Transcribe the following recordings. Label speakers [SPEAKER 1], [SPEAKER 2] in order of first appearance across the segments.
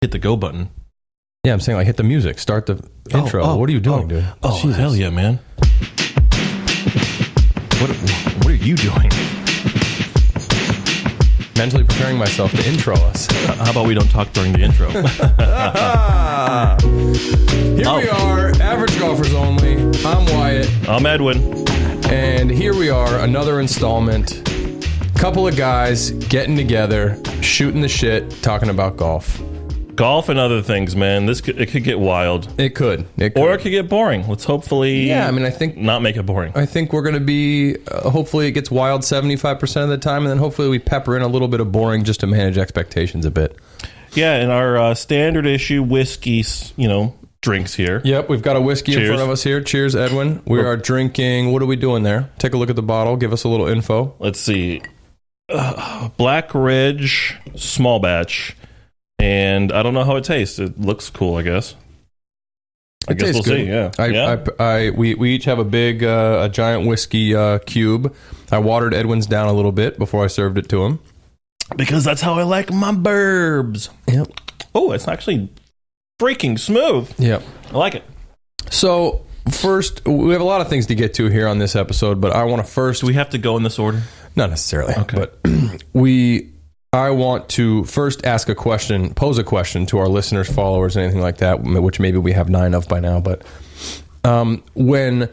[SPEAKER 1] hit the go button.
[SPEAKER 2] Yeah, I'm saying like hit the music, start the
[SPEAKER 1] Oh,
[SPEAKER 2] intro.
[SPEAKER 1] oh,
[SPEAKER 2] what are you doing,
[SPEAKER 1] oh,
[SPEAKER 2] dude?
[SPEAKER 1] Oh,
[SPEAKER 2] Jesus.
[SPEAKER 1] hell yeah, man. What, what are you doing?
[SPEAKER 2] Mentally preparing myself to intro us.
[SPEAKER 1] Uh, How about we don't talk during the intro?
[SPEAKER 2] Here
[SPEAKER 1] Oh.
[SPEAKER 2] we are, average golfers only. I'm Wyatt,
[SPEAKER 1] I'm Edwin.
[SPEAKER 2] and here we are, another installment. Couple of guys getting together, shooting the shit, talking about golf.
[SPEAKER 1] Golf and other things, man. This could, it could get wild.
[SPEAKER 2] It could, it could.
[SPEAKER 1] Or it could get boring. Let's hopefully
[SPEAKER 2] yeah, I mean, I think
[SPEAKER 1] not make it boring.
[SPEAKER 2] I think we're going to be. Uh, hopefully, it gets wild 75 percent of the time, and then hopefully we pepper in a little bit of boring just to manage expectations a bit.
[SPEAKER 1] Yeah, and our uh, standard issue whiskey, s- you know, drinks here.
[SPEAKER 2] Yep, we've got a whiskey in
[SPEAKER 1] Cheers.
[SPEAKER 2] front of us here. Cheers, Edwin. We are drinking. What are we doing there? Take a look at the bottle. Give us a little info.
[SPEAKER 1] Let's see. Uh, Black Ridge small batch. And I don't know how it tastes. It looks cool, I guess. I guess we'll see, yeah.
[SPEAKER 2] I,
[SPEAKER 1] Yeah.
[SPEAKER 2] I, I, we, we each have a big, uh, a giant whiskey uh, cube. I watered Edwin's down a little bit before I served it to him.
[SPEAKER 1] Because that's how I like my burbs.
[SPEAKER 2] Yep.
[SPEAKER 1] Oh, it's actually freaking smooth.
[SPEAKER 2] Yep.
[SPEAKER 1] I like it.
[SPEAKER 2] So first, we have a lot of things to get to here on this episode, but I want to first
[SPEAKER 1] Do we have to go in this order?
[SPEAKER 2] Not necessarily. But we, I want to first ask a question, pose a question to our listeners, followers, anything like that, which maybe we have nine of by now. But um, when,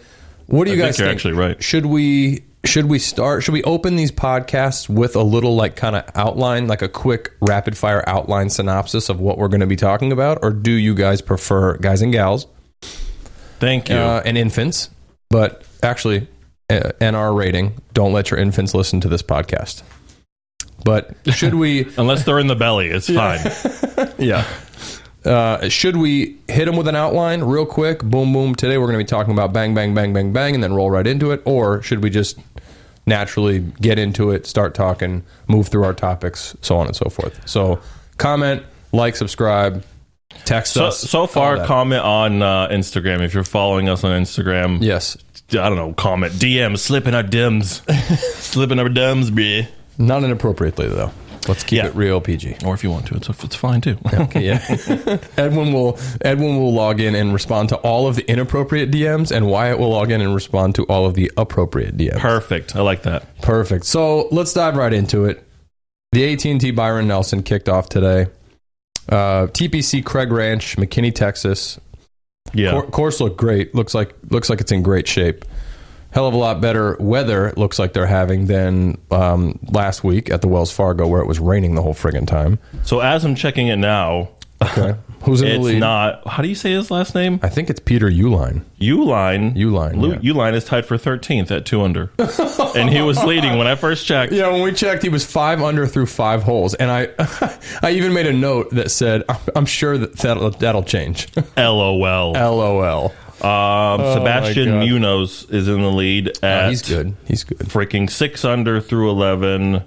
[SPEAKER 2] what do you
[SPEAKER 1] I
[SPEAKER 2] guys
[SPEAKER 1] think you're actually right.
[SPEAKER 2] Should we? Should we start? Should we open these podcasts with a little like kind of outline, like a quick rapid fire outline synopsis of what we're going to be talking about, or do you guys prefer guys and gals?
[SPEAKER 1] Thank you.
[SPEAKER 2] uh, and infants, but actually, uh, NR rating. Don't let your infants listen to this podcast. But should we?
[SPEAKER 1] Unless they're in the belly, it's fine.
[SPEAKER 2] yeah. Uh, should we hit them with an outline real quick? Boom, boom. Today we're going to be talking about bang, bang, bang, bang, bang, and then roll right into it. Or should we just naturally get into it, start talking, move through our topics, so on and so forth? So comment, like, subscribe, text
[SPEAKER 1] So,
[SPEAKER 2] us.
[SPEAKER 1] so
[SPEAKER 2] all
[SPEAKER 1] far,
[SPEAKER 2] that.
[SPEAKER 1] comment on uh, Instagram. If you're following us on Instagram,
[SPEAKER 2] yes.
[SPEAKER 1] I don't know, comment, DM, slipping our dims, slipping our dims, bruh.
[SPEAKER 2] Not inappropriately, though. Let's keep
[SPEAKER 1] Yeah.
[SPEAKER 2] it real PG.
[SPEAKER 1] Or if you want to, it's, it's fine too.
[SPEAKER 2] Yeah. Edwin will Edwin will log in and respond to all of the inappropriate DMs, and Wyatt will log in and respond to all of the appropriate DMs.
[SPEAKER 1] Perfect. I like that.
[SPEAKER 2] Perfect. So let's dive right into it. The AT and T Byron Nelson kicked off today. Uh, TPC Craig Ranch, McKinney, Texas.
[SPEAKER 1] Yeah.
[SPEAKER 2] Cour- course looked great. Looks like looks like it's in great shape. Hell of a lot better weather it looks like they're having than um, last week at the Wells Fargo where it was raining the whole friggin' time.
[SPEAKER 1] so as I'm checking it now,
[SPEAKER 2] Okay, who's in the
[SPEAKER 1] it's
[SPEAKER 2] lead?
[SPEAKER 1] not. How do you say his last name?
[SPEAKER 2] I think it's Peter Uline.
[SPEAKER 1] Uline.
[SPEAKER 2] Uline,
[SPEAKER 1] Lu,
[SPEAKER 2] yeah.
[SPEAKER 1] Uline is tied for 13th at two under, and he was leading when I first checked.
[SPEAKER 2] Yeah, when we checked, he was five under through five holes, and I, I even made a note that said, "I'm, I'm sure that that'll, that'll change."
[SPEAKER 1] LOL.
[SPEAKER 2] LOL.
[SPEAKER 1] Um, Sebastian
[SPEAKER 2] God.
[SPEAKER 1] Munoz is in the lead at
[SPEAKER 2] He's good. He's good.
[SPEAKER 1] freaking six under through 11.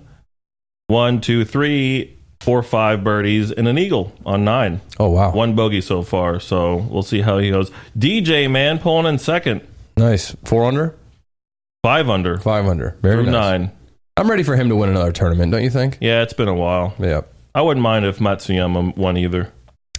[SPEAKER 1] One, two, three, four, five birdies and an eagle on nine.
[SPEAKER 2] Oh wow,
[SPEAKER 1] One bogey so far. So we'll see how he goes. DJ, man, pulling in second.
[SPEAKER 2] nice. Four under,
[SPEAKER 1] Five under
[SPEAKER 2] five under. Very
[SPEAKER 1] through
[SPEAKER 2] nice.
[SPEAKER 1] nine.
[SPEAKER 2] I'm ready for him to win another tournament. Don't you think?
[SPEAKER 1] Yeah, it's been a while.
[SPEAKER 2] Yeah.
[SPEAKER 1] I wouldn't mind if Matsuyama won either.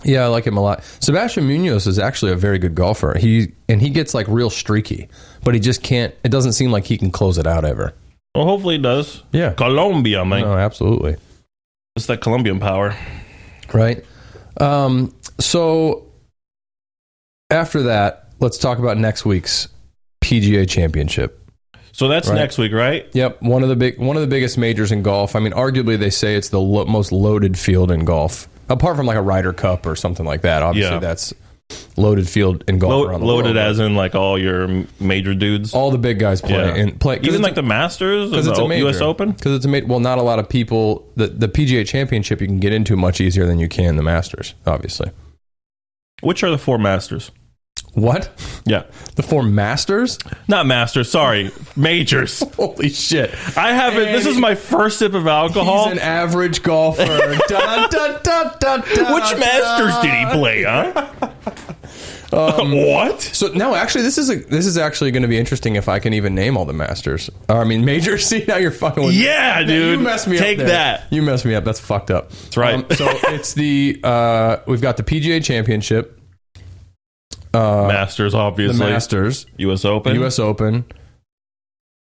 [SPEAKER 2] Yeah, I like him a lot. Sebastian Munoz is actually a very good golfer. He and he gets like real streaky, but he just can't. It doesn't seem like he can close it out ever.
[SPEAKER 1] Well, hopefully he does.
[SPEAKER 2] Yeah.
[SPEAKER 1] Colombia, man.
[SPEAKER 2] No, absolutely.
[SPEAKER 1] It's that Colombian power.
[SPEAKER 2] right? Um, so after that, let's talk about next week's PGA Championship.
[SPEAKER 1] So that's
[SPEAKER 2] Right.
[SPEAKER 1] next week, right?
[SPEAKER 2] Yep, one of the big one of the biggest majors in golf. I mean, arguably they say it's the lo- most loaded field in golf, apart from like a Ryder Cup or something like that. Obviously,
[SPEAKER 1] Yeah.
[SPEAKER 2] that's loaded field in golf.
[SPEAKER 1] Lo-
[SPEAKER 2] around the
[SPEAKER 1] loaded
[SPEAKER 2] world.
[SPEAKER 1] as in like all your m- major dudes.
[SPEAKER 2] all the big guys play
[SPEAKER 1] Yeah.
[SPEAKER 2] and play. 'cause
[SPEAKER 1] Even
[SPEAKER 2] it's
[SPEAKER 1] like the Masters or
[SPEAKER 2] because
[SPEAKER 1] the
[SPEAKER 2] it's a
[SPEAKER 1] O-
[SPEAKER 2] major.
[SPEAKER 1] U.S. Open.
[SPEAKER 2] Because it's a major. Well, not a lot of people. The the PGA Championship you can get into much easier than you can the Masters. Obviously,
[SPEAKER 1] Which are the four Masters?
[SPEAKER 2] what
[SPEAKER 1] Yeah,
[SPEAKER 2] the four Masters?
[SPEAKER 1] not Masters. Sorry, majors.
[SPEAKER 2] Holy shit.
[SPEAKER 1] I haven't. This is my first sip of alcohol.
[SPEAKER 2] He's an average golfer. Dun, dun, dun, dun, dun,
[SPEAKER 1] Which
[SPEAKER 2] dun.
[SPEAKER 1] Masters did he play? Huh? what?
[SPEAKER 2] Um, So no, actually, this is a, this is actually going to be interesting if I can even name all the masters. Uh, I mean, major. See now you're fucking with me.
[SPEAKER 1] Yeah, dude.
[SPEAKER 2] You messed me
[SPEAKER 1] Take
[SPEAKER 2] up. there.
[SPEAKER 1] that.
[SPEAKER 2] You messed me up. That's fucked up. That's
[SPEAKER 1] right.
[SPEAKER 2] so it's the uh, we've got the PGA Championship,
[SPEAKER 1] Masters,
[SPEAKER 2] uh, the
[SPEAKER 1] obviously.
[SPEAKER 2] Masters,
[SPEAKER 1] U.S. Open.
[SPEAKER 2] U.S. Open,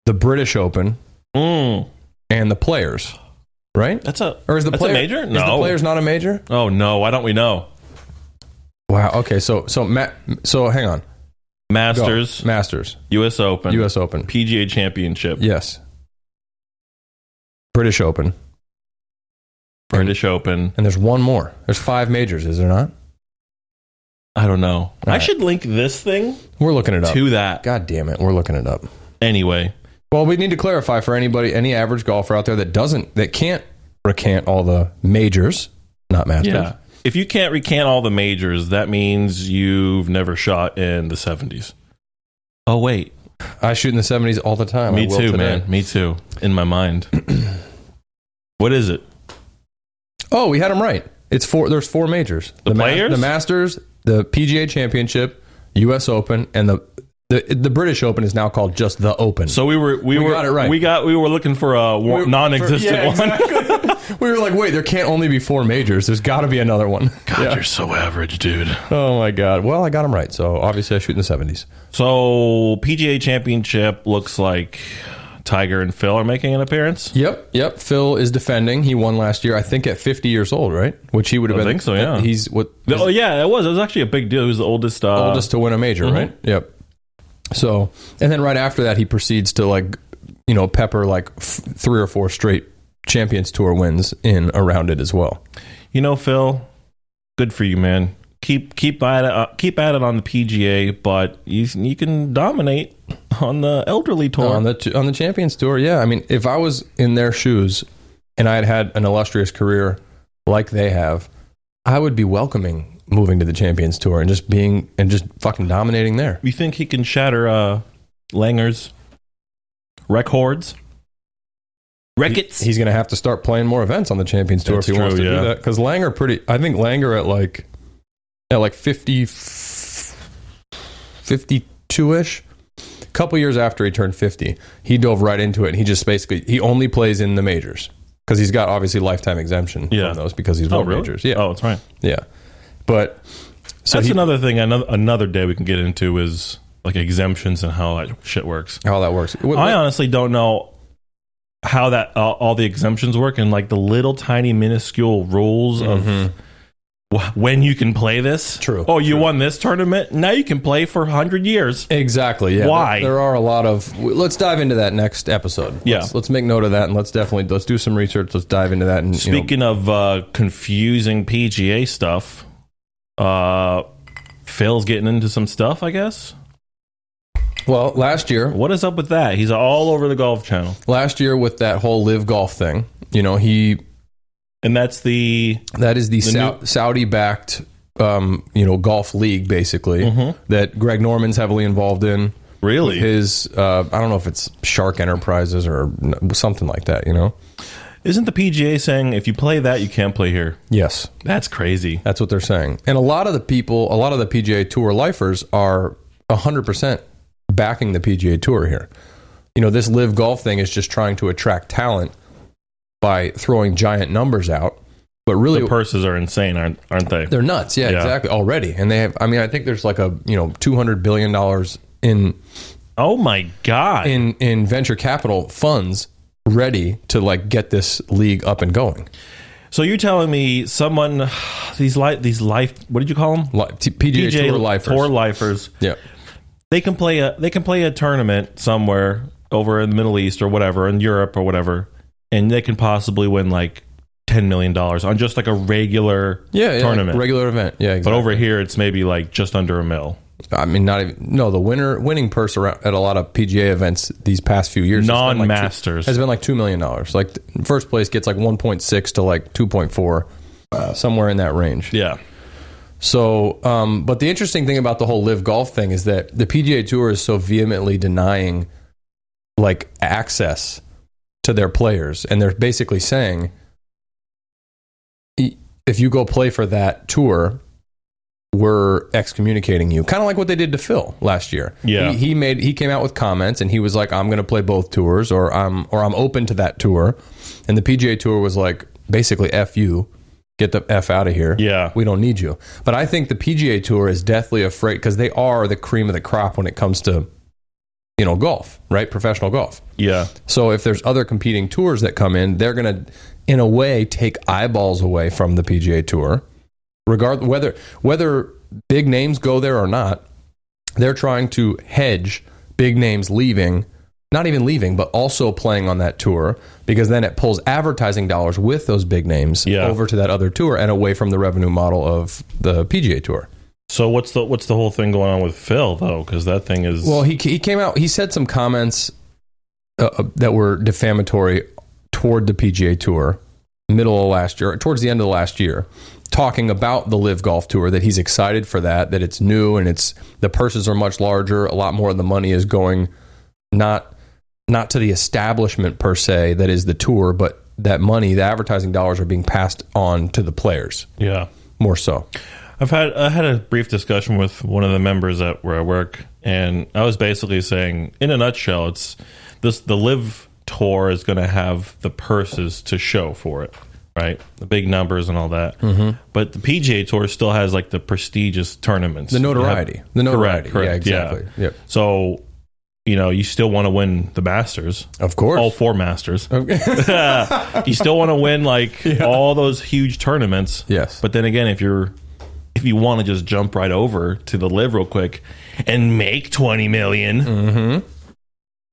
[SPEAKER 2] the British Open,
[SPEAKER 1] Mm,
[SPEAKER 2] and the Players. Right?
[SPEAKER 1] that's a.
[SPEAKER 2] Or is the
[SPEAKER 1] that's
[SPEAKER 2] player
[SPEAKER 1] a major?
[SPEAKER 2] Is
[SPEAKER 1] No.
[SPEAKER 2] the Players not a major?
[SPEAKER 1] oh no! Why don't we know?
[SPEAKER 2] Wow. Okay. So so ma- so hang on. Go.
[SPEAKER 1] Masters,
[SPEAKER 2] Masters,
[SPEAKER 1] U.S. Open,
[SPEAKER 2] U.S. Open.
[SPEAKER 1] PGA Championship,
[SPEAKER 2] Yes. British Open.
[SPEAKER 1] British Open.
[SPEAKER 2] And there's one more. There's five majors, is there not?
[SPEAKER 1] I don't know. I
[SPEAKER 2] right.
[SPEAKER 1] should link this thing
[SPEAKER 2] We're looking it up.
[SPEAKER 1] to that.
[SPEAKER 2] God damn it, we're looking it up.
[SPEAKER 1] Anyway,
[SPEAKER 2] Well, we need to clarify for anybody, any average golfer out there that doesn't, that can't recant all the majors, not masters.
[SPEAKER 1] yeah. If you can't recant all the majors, that means you've never shot in the seventies. Oh wait,
[SPEAKER 2] I shoot in the 70s all the time.
[SPEAKER 1] me
[SPEAKER 2] Oh, I will
[SPEAKER 1] too,
[SPEAKER 2] today.
[SPEAKER 1] man. Me too. In my mind. what is it?
[SPEAKER 2] Oh, we had him right. It's four. There's four majors.
[SPEAKER 1] The
[SPEAKER 2] Ma-
[SPEAKER 1] players?
[SPEAKER 2] the Masters, the PGA Championship, U.S. Open, and the the, the British Open is now called just the Open.
[SPEAKER 1] So we were we,
[SPEAKER 2] We
[SPEAKER 1] were
[SPEAKER 2] got it right.
[SPEAKER 1] We got we were looking for a wa-
[SPEAKER 2] We-
[SPEAKER 1] non-existent
[SPEAKER 2] for- yeah,
[SPEAKER 1] one.
[SPEAKER 2] exactly. we were like, wait, there can't only be four majors. There's got to be another one.
[SPEAKER 1] God, you're so average, dude.
[SPEAKER 2] Oh my god. Well, I got him right. So obviously, I shoot in the seventies.
[SPEAKER 1] So PGA Championship looks like Tiger and Phil are making an appearance.
[SPEAKER 2] Yep. Yep. Phil is defending. He won last year, I think, at fifty years old, right? Which he would have
[SPEAKER 1] I
[SPEAKER 2] been.
[SPEAKER 1] think so, yeah.
[SPEAKER 2] He's what
[SPEAKER 1] Oh yeah, it was. It was actually a big deal. He was the oldest. Uh,
[SPEAKER 2] oldest to win a major, right? Yep. So, and then right after that, he proceeds to like, you know, pepper like f- three or four straight Champions Tour wins in around it as well.
[SPEAKER 1] You know, Phil. Good for you, man. Keep keep at it, uh, keep at it on the PGA, but you you can dominate on the elderly tour.
[SPEAKER 2] on the on the Champions Tour. Yeah, I mean, if I was in their shoes and I had had an illustrious career like they have, I would be welcoming moving to the Champions Tour and just being and just fucking dominating there.
[SPEAKER 1] you think he can shatter uh, Langer's records? Records.
[SPEAKER 2] He's going to have to start playing more events on the Champions Tour
[SPEAKER 1] That's
[SPEAKER 2] if he wants to
[SPEAKER 1] true, yeah.
[SPEAKER 2] do that because Langer pretty. I think Langer at like at like 50, 52 ish. Couple years after he turned fifty, he dove right into it. And he just basically he only plays in the majors because he's got obviously lifetime exemption
[SPEAKER 1] Yeah.
[SPEAKER 2] from those because he's
[SPEAKER 1] oh,
[SPEAKER 2] won
[SPEAKER 1] really?
[SPEAKER 2] majors. Yeah,
[SPEAKER 1] Oh, that's right.
[SPEAKER 2] yeah. But so
[SPEAKER 1] That's
[SPEAKER 2] he,
[SPEAKER 1] another thing. Another another day we can get into is like exemptions and how that shit works.
[SPEAKER 2] how that works? What-
[SPEAKER 1] I honestly don't know how that uh, all the exemptions work and like the little tiny minuscule rules of wh- when you can play this.
[SPEAKER 2] Mm-hmm. True,
[SPEAKER 1] Oh, you won this tournament. Now you can play for hundred years.
[SPEAKER 2] Exactly. Yeah.
[SPEAKER 1] Why?
[SPEAKER 2] There, there are a lot of. w- Let's dive into that next episode.
[SPEAKER 1] Yeah.
[SPEAKER 2] Let's, let's make note of that, and let's definitely let's do some research. Let's dive into that. And you know,
[SPEAKER 1] Speaking of uh, confusing PGA stuff, uh, Phil's getting into some stuff. I guess.
[SPEAKER 2] well, last year,
[SPEAKER 1] What is up with that? He's all over the golf channel,
[SPEAKER 2] last year with that whole live golf thing, you know, he
[SPEAKER 1] and that's the
[SPEAKER 2] that is the, Sau-
[SPEAKER 1] new-
[SPEAKER 2] Saudi backed, um, you know, golf league basically
[SPEAKER 1] Mm-hmm.
[SPEAKER 2] that Greg Norman's heavily involved in.
[SPEAKER 1] really.
[SPEAKER 2] His, uh, I don't know if it's Shark Enterprises or n- something like that. You know.
[SPEAKER 1] Isn't the PGA saying if you play that you can't play here?
[SPEAKER 2] Yes.
[SPEAKER 1] That's crazy.
[SPEAKER 2] That's what they're saying. And a lot of the people, a lot of the PGA Tour lifers are 100% backing the PGA Tour here. You know, this live golf thing is just trying to attract talent by throwing giant numbers out, but really
[SPEAKER 1] The purses are insane, aren't aren't they?
[SPEAKER 2] they're nuts. Yeah,
[SPEAKER 1] Yeah.
[SPEAKER 2] exactly. Already. And they have I mean, I think there's like a, you know, 200 billion dollars in
[SPEAKER 1] Oh my god!
[SPEAKER 2] in in venture capital funds ready to like get this league up and going.
[SPEAKER 1] so you're telling me someone these life these life what did you call them?
[SPEAKER 2] Li- T- PGA, Tour lifers.
[SPEAKER 1] tour lifers.
[SPEAKER 2] yeah.
[SPEAKER 1] They can play a they can play a tournament somewhere over in the Middle East or whatever in Europe or whatever, and they can possibly win like ten million dollars on just like a regular
[SPEAKER 2] Yeah, yeah, like
[SPEAKER 1] tournament.
[SPEAKER 2] regular event. Yeah, exactly.
[SPEAKER 1] but over here it's maybe like just under a mil.
[SPEAKER 2] I mean, not even no. The winner winning purse around, at a lot of PGA events these past few years has been like two-
[SPEAKER 1] Non-masters.
[SPEAKER 2] has been like two million dollars. Like th- first place gets like one point six to like two point four, somewhere in that range.
[SPEAKER 1] yeah.
[SPEAKER 2] So, um, but the interesting thing about the whole live golf thing is that the PGA Tour is so vehemently denying like access to their players, and they're basically saying "E- if you go play for that tour, we're excommunicating you. Kind of like what they did to Phil last year.
[SPEAKER 1] Yeah.
[SPEAKER 2] He, he made he came out with comments and he was like, I'm gonna play both tours or I'm or I'm open to that tour. And the PGA tour was like, basically F you. Get the F out of here.
[SPEAKER 1] Yeah.
[SPEAKER 2] We don't need you. But I think the PGA tour is deathly afraid because they are the cream of the crop when it comes to you know, golf, right? Professional golf.
[SPEAKER 1] Yeah.
[SPEAKER 2] So if there's other competing tours that come in, they're going to, in a way, take eyeballs away from the PGA Tour, regard whether whether big names go there or not. They're trying to hedge big names leaving, not even leaving, but also playing on that tour because then it pulls advertising dollars with those big names
[SPEAKER 1] Yeah.
[SPEAKER 2] over to that other tour and away from the revenue model of the PGA Tour.
[SPEAKER 1] So what's the what's the whole thing going on with Phil though? Because that thing is
[SPEAKER 2] Well, he he came out. He said some comments uh, uh, that were defamatory toward the PGA Tour, middle of last year, towards the end of last year, talking about the Live Golf Tour. That he's excited for that. That it's new and it's the purses are much larger. A lot more of the money is going not not to the establishment per se that is the tour, but that money, the advertising dollars, are being passed on to the players
[SPEAKER 1] yeah.
[SPEAKER 2] more so.
[SPEAKER 1] I've had I had a brief discussion with one of the members at where I work, and I was basically saying, in a nutshell, it's this: the live tour is going to have the purses to show for it, right? The big numbers and all that. Mm-hmm. But the PGA Tour still has like the prestigious tournaments,
[SPEAKER 2] The notoriety, the notoriety,
[SPEAKER 1] Correct, correct,
[SPEAKER 2] yeah,
[SPEAKER 1] yeah.
[SPEAKER 2] exactly. Yep,
[SPEAKER 1] So, you know, you still want to win the Masters,
[SPEAKER 2] of course.
[SPEAKER 1] all four Masters.
[SPEAKER 2] Okay.
[SPEAKER 1] you still want to win like all those huge tournaments.
[SPEAKER 2] Yes.
[SPEAKER 1] But then again, if you're if you want to just jump right over to the live real quick and make twenty million,
[SPEAKER 2] Mm-hmm.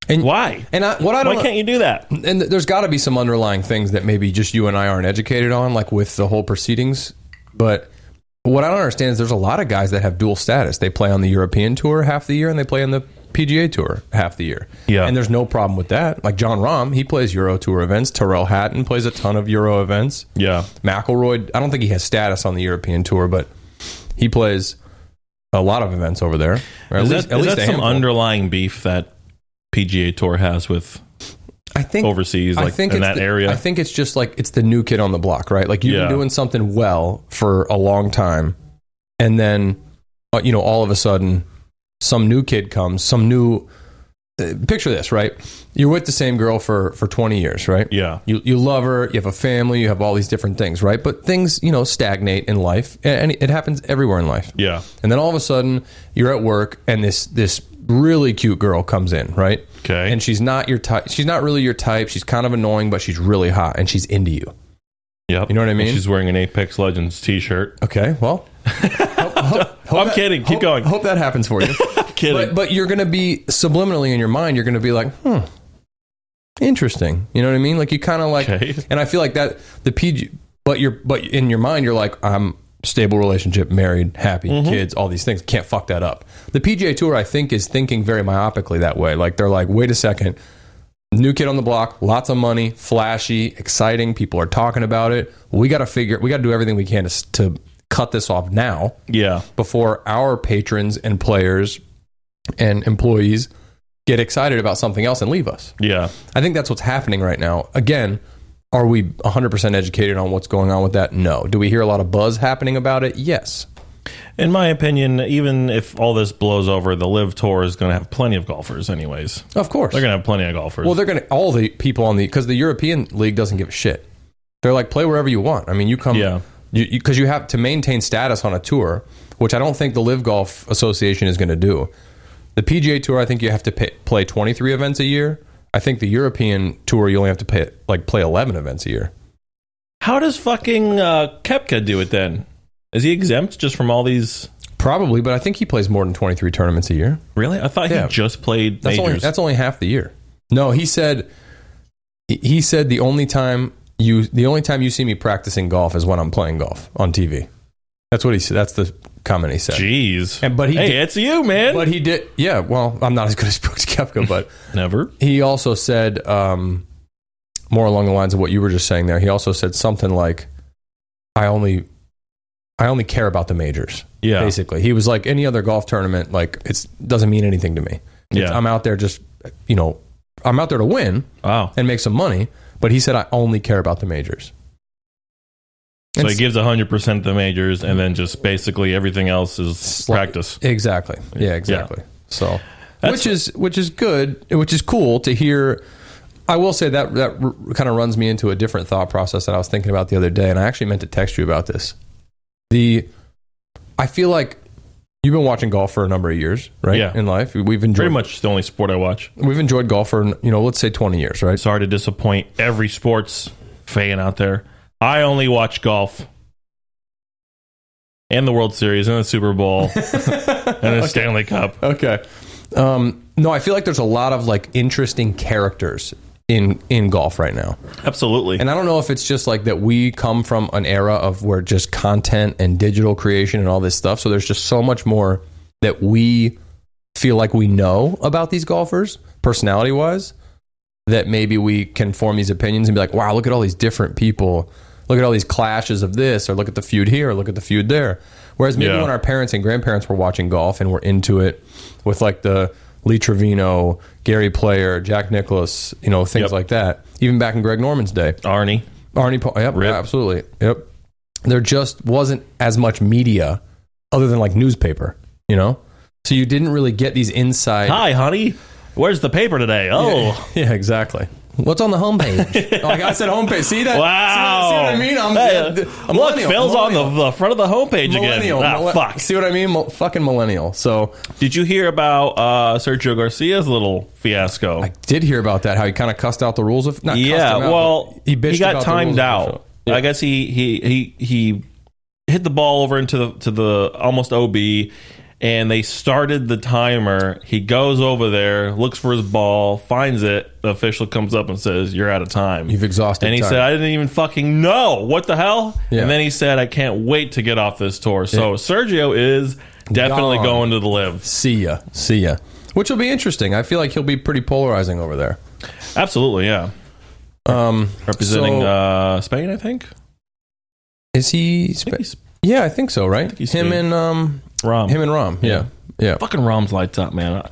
[SPEAKER 2] And-
[SPEAKER 1] why?
[SPEAKER 2] and I, what I don't
[SPEAKER 1] why can't you do that?
[SPEAKER 2] and th- there's got to be some underlying things that maybe just you and I aren't educated on, like with the whole proceedings. But what I don't understand is there's a lot of guys that have dual status. They play on the European tour half the year and they play on the PGA tour half the year.
[SPEAKER 1] Yeah.
[SPEAKER 2] And there's no problem with that. Like John Rahm, he plays Euro tour events. Terrell Hatton plays a ton of Euro events.
[SPEAKER 1] Yeah.
[SPEAKER 2] McElroy, I don't think he has status on the European tour, but he plays a lot of events over there. Or at
[SPEAKER 1] Is
[SPEAKER 2] least,
[SPEAKER 1] that,
[SPEAKER 2] at
[SPEAKER 1] is
[SPEAKER 2] least
[SPEAKER 1] that
[SPEAKER 2] a
[SPEAKER 1] some
[SPEAKER 2] handful.
[SPEAKER 1] underlying beef that PGA Tour has with
[SPEAKER 2] I think
[SPEAKER 1] overseas, like in
[SPEAKER 2] it's
[SPEAKER 1] that
[SPEAKER 2] the-
[SPEAKER 1] area?
[SPEAKER 2] I think it's just like it's the new kid on the block, right? Like you've
[SPEAKER 1] Yeah.
[SPEAKER 2] been doing something well for a long time, and then uh, you know all of a sudden some new kid comes, some new. uh, Picture this, right? You're with the same girl for for 20 years, right?
[SPEAKER 1] yeah.
[SPEAKER 2] You you love her, you have a family, you have all these different things, right? But things you know stagnate in life, and and it happens everywhere in life.
[SPEAKER 1] Yeah.
[SPEAKER 2] And then all of a sudden, you're at work, and this this really cute girl comes in, right?
[SPEAKER 1] Okay.
[SPEAKER 2] And she's not your type. She's not really your type. She's kind of annoying, but she's really hot, and she's into you.
[SPEAKER 1] Yep.
[SPEAKER 2] You know what I
[SPEAKER 1] And
[SPEAKER 2] mean?
[SPEAKER 1] She's wearing an Apex Legends T-shirt.
[SPEAKER 2] Okay, well, hope- hope- hope
[SPEAKER 1] I'm kidding. Keep
[SPEAKER 2] hope-
[SPEAKER 1] going.
[SPEAKER 2] Hope that happens for you.
[SPEAKER 1] Kidding.
[SPEAKER 2] but but you're gonna be subliminally in your mind. You're gonna be like, hmm, interesting. You know what I mean? Like you kind of like,
[SPEAKER 1] Okay.
[SPEAKER 2] and I feel like that the PG. But you're but in your mind, you're like, I'm stable relationship, married, happy, kids, all these things. Can't fuck that up. The PGA Tour, I think, is thinking very myopically that way. Like they're like, wait a second. New kid on the block, lots of money, flashy, exciting. People are talking about it. We got to figure. We got to do everything we can to, s- to cut this off now
[SPEAKER 1] yeah.
[SPEAKER 2] before our patrons and players and employees get excited about something else and leave us.
[SPEAKER 1] Yeah.
[SPEAKER 2] I think that's what's happening right now. Again, are we 100% educated on what's going on with that? No. Do we hear a lot of buzz happening about it? Yes.
[SPEAKER 1] In my opinion, even if all this blows over, the Live Tour is going to have plenty of golfers, anyways.
[SPEAKER 2] Of course.
[SPEAKER 1] They're going to have plenty of golfers.
[SPEAKER 2] well, they're going to all the people on the cuz the European league doesn't give a shit. They're like play wherever you want. I mean, you come
[SPEAKER 1] Yeah.
[SPEAKER 2] you, you, cuz you have to maintain status on a tour, which I don't think the Live Golf Association is going to do. The PGA Tour, I think you have to pay, play 23 events a year. I think the European Tour, you only have to pay, like play 11 events a year.
[SPEAKER 1] How does fucking uh, Kepka do it then? Is he exempt just from all these?
[SPEAKER 2] Probably, but I think he plays more than 23 tournaments a year.
[SPEAKER 1] Really? I thought
[SPEAKER 2] Yeah.
[SPEAKER 1] he just played
[SPEAKER 2] That's
[SPEAKER 1] majors.
[SPEAKER 2] only that's only half the year. No, he said he said the only time you the only time you see me practicing golf is when I'm playing golf on TV. That's what he said. That's the comment he said.
[SPEAKER 1] Jeez.
[SPEAKER 2] And- but he
[SPEAKER 1] hey,
[SPEAKER 2] did-
[SPEAKER 1] it's you, man.
[SPEAKER 2] But he did. Yeah. Well, I'm not as good as Brooks Koepka, but
[SPEAKER 1] Never.
[SPEAKER 2] he also said um, more along the lines of what you were just saying there. He also said something like, "I only, I only care about the majors."
[SPEAKER 1] Yeah.
[SPEAKER 2] basically, he was like any other golf tournament. Like it's doesn't mean anything to me. It's-
[SPEAKER 1] Yeah.
[SPEAKER 2] I'm out there just, you know, I'm out there to win
[SPEAKER 1] Wow.
[SPEAKER 2] and make some money. But he said I only care about the majors.
[SPEAKER 1] So
[SPEAKER 2] It's-
[SPEAKER 1] it gives 100% the majors, and then just basically everything else is practice.
[SPEAKER 2] Exactly. Yeah, exactly. So,
[SPEAKER 1] That's-
[SPEAKER 2] which is which is good, which is cool to hear. I will say that that r- kind of runs me into a different thought process that I was thinking about the other day, and I actually meant to text you about this. The I feel like you've been watching golf for a number of years, right?
[SPEAKER 1] Yeah.
[SPEAKER 2] In life, we've enjoyed
[SPEAKER 1] Pretty much the only sport I watch.
[SPEAKER 2] we've enjoyed golf for you know let's say twenty years, right?
[SPEAKER 1] Sorry to disappoint every sports fan out there. I only watch golf and the World Series and the Super Bowl and the Stanley Cup.
[SPEAKER 2] Okay. Um, no, I feel like there's a lot of like interesting characters in in golf right now.
[SPEAKER 1] Absolutely.
[SPEAKER 2] And I don't know if it's just like that we come from an era of where just content and digital creation and all this stuff. So there's just so much more that we feel like we know about these golfers, personality wise, that maybe we can form these opinions and be like, wow, look at all these different people. Look at all these clashes of this, or look at the feud here, or look at the feud there. Whereas maybe
[SPEAKER 1] Yeah.
[SPEAKER 2] when our parents and grandparents were watching golf and were into it with like the Lee Trevino, Gary Player, Jack Nicholas, you know, things
[SPEAKER 1] Yep.
[SPEAKER 2] like that, even back in Greg Norman's day.
[SPEAKER 1] Arnie.
[SPEAKER 2] Arnie Paul. Yep,
[SPEAKER 1] Rip.
[SPEAKER 2] absolutely. Yep. There just wasn't as much media other than like newspaper, you know? So you didn't really get these inside.
[SPEAKER 1] Hi, honey. Where's the paper today? Oh,
[SPEAKER 2] Yeah, exactly. What's on the homepage? oh, like I said homepage. See that?
[SPEAKER 1] wow.
[SPEAKER 2] See what, see what I mean? I'm,
[SPEAKER 1] Hey, uh,
[SPEAKER 2] I'm
[SPEAKER 1] look,
[SPEAKER 2] millennial,
[SPEAKER 1] Phil's on the,
[SPEAKER 2] millennial,
[SPEAKER 1] the front of the homepage
[SPEAKER 2] millennial,
[SPEAKER 1] again. Ah,
[SPEAKER 2] millen-
[SPEAKER 1] fuck.
[SPEAKER 2] See what I mean? Mil- fucking millennial. So
[SPEAKER 1] Did you hear about uh, Sergio Garcia's little fiasco?
[SPEAKER 2] I did hear about that, how he kind of cussed out the rules of. Not cussed
[SPEAKER 1] yeah,
[SPEAKER 2] them out,
[SPEAKER 1] well,
[SPEAKER 2] but
[SPEAKER 1] he,
[SPEAKER 2] bitched about
[SPEAKER 1] got
[SPEAKER 2] the rules
[SPEAKER 1] timed
[SPEAKER 2] of the show.
[SPEAKER 1] out. I guess he he he he hit the ball over into the to the almost OB, and they started the timer. He goes over there, looks for his ball, finds it. The official comes up and says, "You're out of time."
[SPEAKER 2] You've exhausted
[SPEAKER 1] And he
[SPEAKER 2] time.
[SPEAKER 1] said, "I didn't even fucking know what the hell."
[SPEAKER 2] Yeah.
[SPEAKER 1] And then he said, "I can't wait to get off this tour." So Sergio is definitely
[SPEAKER 2] Gone.
[SPEAKER 1] going to the live.
[SPEAKER 2] See ya. See ya. Which will be interesting. I feel like he'll be pretty polarizing over there.
[SPEAKER 1] Absolutely, yeah.
[SPEAKER 2] Um,
[SPEAKER 1] Representing
[SPEAKER 2] So-
[SPEAKER 1] uh, Spain, I think.
[SPEAKER 2] Is he?
[SPEAKER 1] I think he's
[SPEAKER 2] yeah, I think so. Right?
[SPEAKER 1] he's
[SPEAKER 2] him
[SPEAKER 1] Spain.
[SPEAKER 2] and um,
[SPEAKER 1] Rom.
[SPEAKER 2] him and Rom. Yeah, yeah.
[SPEAKER 1] fucking Rom's lights up, man.
[SPEAKER 2] I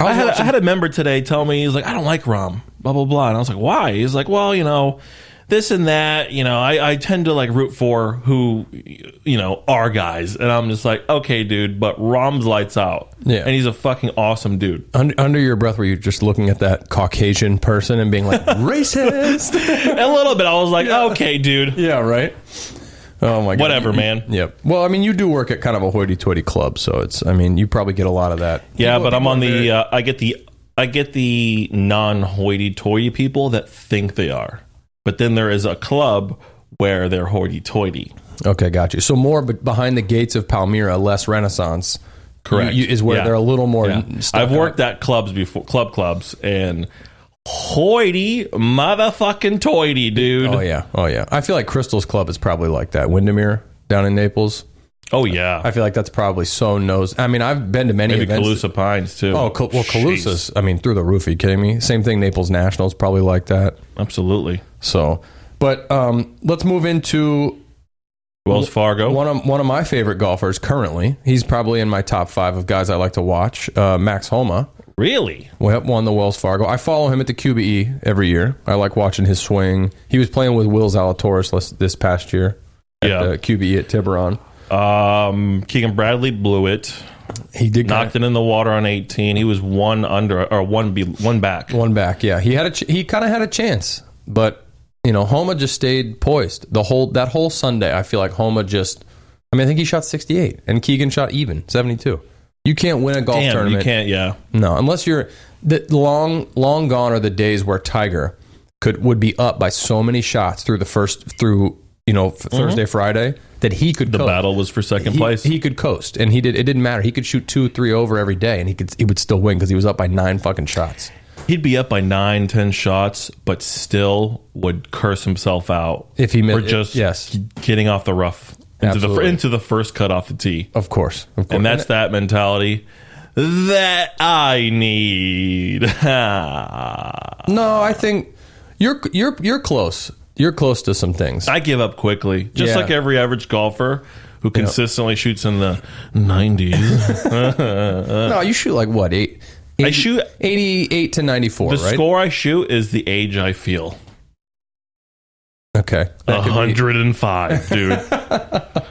[SPEAKER 1] I
[SPEAKER 2] was
[SPEAKER 1] had,
[SPEAKER 2] watching-
[SPEAKER 1] I had a member today tell me he's like, I don't like Rom, blah blah blah, and I was like, why? He's like, well, you know, this and that, you know, I, I tend to like root for who, you know, our guys, and I'm just like, okay, dude, but Rom's lights out,
[SPEAKER 2] Yeah.
[SPEAKER 1] and he's a fucking awesome dude.
[SPEAKER 2] Un- under your breath, were you just looking at that Caucasian person and being like racist?
[SPEAKER 1] And a little bit, I was like, okay, dude,
[SPEAKER 2] yeah, right. Oh my god.
[SPEAKER 1] whatever, man.
[SPEAKER 2] Yep. Well, I mean, you do work at kind of a hoity-toity club, so it's. I mean, you probably get a lot of that.
[SPEAKER 1] Yeah,
[SPEAKER 2] People-
[SPEAKER 1] but I'm
[SPEAKER 2] people
[SPEAKER 1] on
[SPEAKER 2] are very-
[SPEAKER 1] the, uh, I get the, I get the non-hoity-toity people that think they are, but then there is a club where they're hoity-toity.
[SPEAKER 2] okay, got you. So more, but behind the gates of Palmyra, less Renaissance.
[SPEAKER 1] Correct.
[SPEAKER 2] you- is where
[SPEAKER 1] Yeah.
[SPEAKER 2] they're a little more.
[SPEAKER 1] Yeah.
[SPEAKER 2] stuck
[SPEAKER 1] I've
[SPEAKER 2] on-
[SPEAKER 1] worked at clubs before, club clubs, and hoity motherfucking toity, dude.
[SPEAKER 2] Oh yeah, oh yeah. I feel like Crystal's Club is probably like that. Windermere down in Naples.
[SPEAKER 1] Oh, yeah.
[SPEAKER 2] I feel like that's probably so nose. I mean, I've been to many
[SPEAKER 1] Maybe
[SPEAKER 2] events.
[SPEAKER 1] Calusa Pines too.
[SPEAKER 2] Oh, Cal- well,
[SPEAKER 1] Jeez.
[SPEAKER 2] Calusa's. I mean, through the roof. Are you kidding me? Same thing. Naples Nationals probably like that.
[SPEAKER 1] Absolutely.
[SPEAKER 2] So, but um, let's move into
[SPEAKER 1] Wells Fargo.
[SPEAKER 2] one of one of my favorite golfers currently. He's probably in my top five of guys I like to watch. Uh, Max Homa.
[SPEAKER 1] really?
[SPEAKER 2] Yep, won the Wells Fargo. I follow him at the QBE every year. I like watching his swing. He was playing with Will Zalatoris this- this past year at
[SPEAKER 1] Yeah.
[SPEAKER 2] the QBE at Tiburon.
[SPEAKER 1] Um, Keegan Bradley blew it.
[SPEAKER 2] He did
[SPEAKER 1] Knocked it in the water on 18. He was one under or one be, one back.
[SPEAKER 2] One back, yeah. He had a ch- he kind of had a chance, but you know, Homa just stayed poised the whole that whole Sunday. I feel like Homa just. I mean, I think he shot sixty eight, and Keegan shot even seventy two. You can't win a golf
[SPEAKER 1] Damn, you
[SPEAKER 2] tournament,
[SPEAKER 1] can't. Yeah.
[SPEAKER 2] no, unless you're the long long gone are the days where Tiger could would be up by so many shots through the first through you know f- Thursday Friday that he could
[SPEAKER 1] Mm-hmm. The
[SPEAKER 2] coast.
[SPEAKER 1] battle was for second
[SPEAKER 2] He,
[SPEAKER 1] place.
[SPEAKER 2] he could coast, and he did. It didn't matter. He could shoot two, three over every day, and he could he would still win because he was up by nine fucking shots.
[SPEAKER 1] He'd be up by nine, ten shots, but still would curse himself out
[SPEAKER 2] If he mi-
[SPEAKER 1] or just
[SPEAKER 2] yes.
[SPEAKER 1] getting off the rough into the, fir-
[SPEAKER 2] Absolutely.
[SPEAKER 1] into the first cut off the tee,
[SPEAKER 2] Of course, of course.
[SPEAKER 1] and that's that mentality that I need. I
[SPEAKER 2] No, I think you're you're you're close. You're close to some things.
[SPEAKER 1] give up quickly, just
[SPEAKER 2] Yeah.
[SPEAKER 1] like every average golfer who consistently shoots in the nineties.
[SPEAKER 2] no, you shoot like what eight?
[SPEAKER 1] I shoot-
[SPEAKER 2] eighty-eight to ninety-four,
[SPEAKER 1] the
[SPEAKER 2] right?
[SPEAKER 1] score I shoot is the age I feel.
[SPEAKER 2] okay. Uh-huh. That could be-
[SPEAKER 1] 105, dude.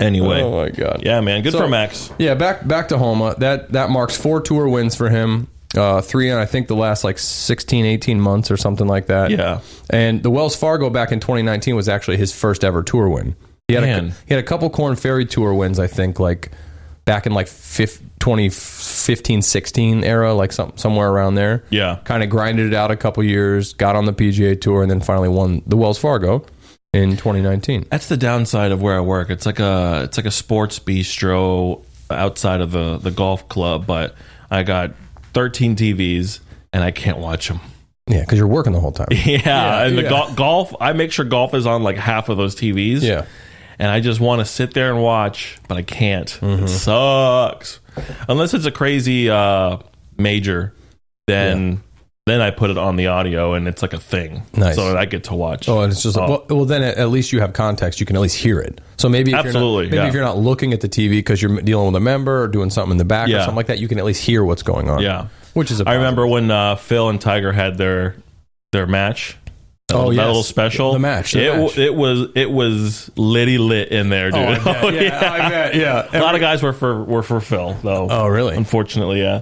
[SPEAKER 1] anyway.
[SPEAKER 2] Oh my god.
[SPEAKER 1] Yeah, man. Good
[SPEAKER 2] So-
[SPEAKER 1] for Max.
[SPEAKER 2] Yeah, back back to Homa. That that marks four tour wins for him. Uh, three in I think the last like 16, 18 months or something like that.
[SPEAKER 1] Yeah.
[SPEAKER 2] And the Wells Fargo back in 2019 was actually his first ever tour win. He had a,
[SPEAKER 1] Man.
[SPEAKER 2] he had a couple Corn Ferry tour wins I think like back in like fif- 2015 16 era like some, somewhere around there.
[SPEAKER 1] Yeah.
[SPEAKER 2] Kind of grinded it out a couple years, got on the PGA tour and then finally won the Wells Fargo in 2019.
[SPEAKER 1] That's the downside of where I work. It's like a it's like a sports bistro outside of the the golf club, but I got 13 TVs and I can't watch them.
[SPEAKER 2] Yeah, cuz you're working the whole time.
[SPEAKER 1] Yeah, and the
[SPEAKER 2] yeah.
[SPEAKER 1] gol golf, I make sure golf is on like half of those TVs.
[SPEAKER 2] Yeah.
[SPEAKER 1] And I just want to sit there and watch, but I can't.
[SPEAKER 2] Mm-hmm.
[SPEAKER 1] It sucks. Unless it's a crazy uh major, then then I put it on the audio and it's like a thing.
[SPEAKER 2] Nice.
[SPEAKER 1] So that I get to watch.
[SPEAKER 2] Oh, and it's just
[SPEAKER 1] Oh.
[SPEAKER 2] well, well. Then at at least you have context. You can at least hear it. So maybe if
[SPEAKER 1] Absolutely,
[SPEAKER 2] you're not, maybe
[SPEAKER 1] yeah.
[SPEAKER 2] if you're not looking at the TV because you're dealing with a member or doing something in the back or
[SPEAKER 1] Yeah.
[SPEAKER 2] something like that, you can at least hear what's going on.
[SPEAKER 1] Yeah.
[SPEAKER 2] which is a
[SPEAKER 1] I remember when uh, Phil and Tiger had their their match. That
[SPEAKER 2] Oh,
[SPEAKER 1] little- that
[SPEAKER 2] yes.
[SPEAKER 1] little special.
[SPEAKER 2] The match, the
[SPEAKER 1] it, w-
[SPEAKER 2] match.
[SPEAKER 1] it was it was litty lit in there, dude.
[SPEAKER 2] I bet,
[SPEAKER 1] Oh,
[SPEAKER 2] yeah, I bet, yeah.
[SPEAKER 1] a lot of guys were for were for Phil though.
[SPEAKER 2] Oh, really?
[SPEAKER 1] Unfortunately, yeah.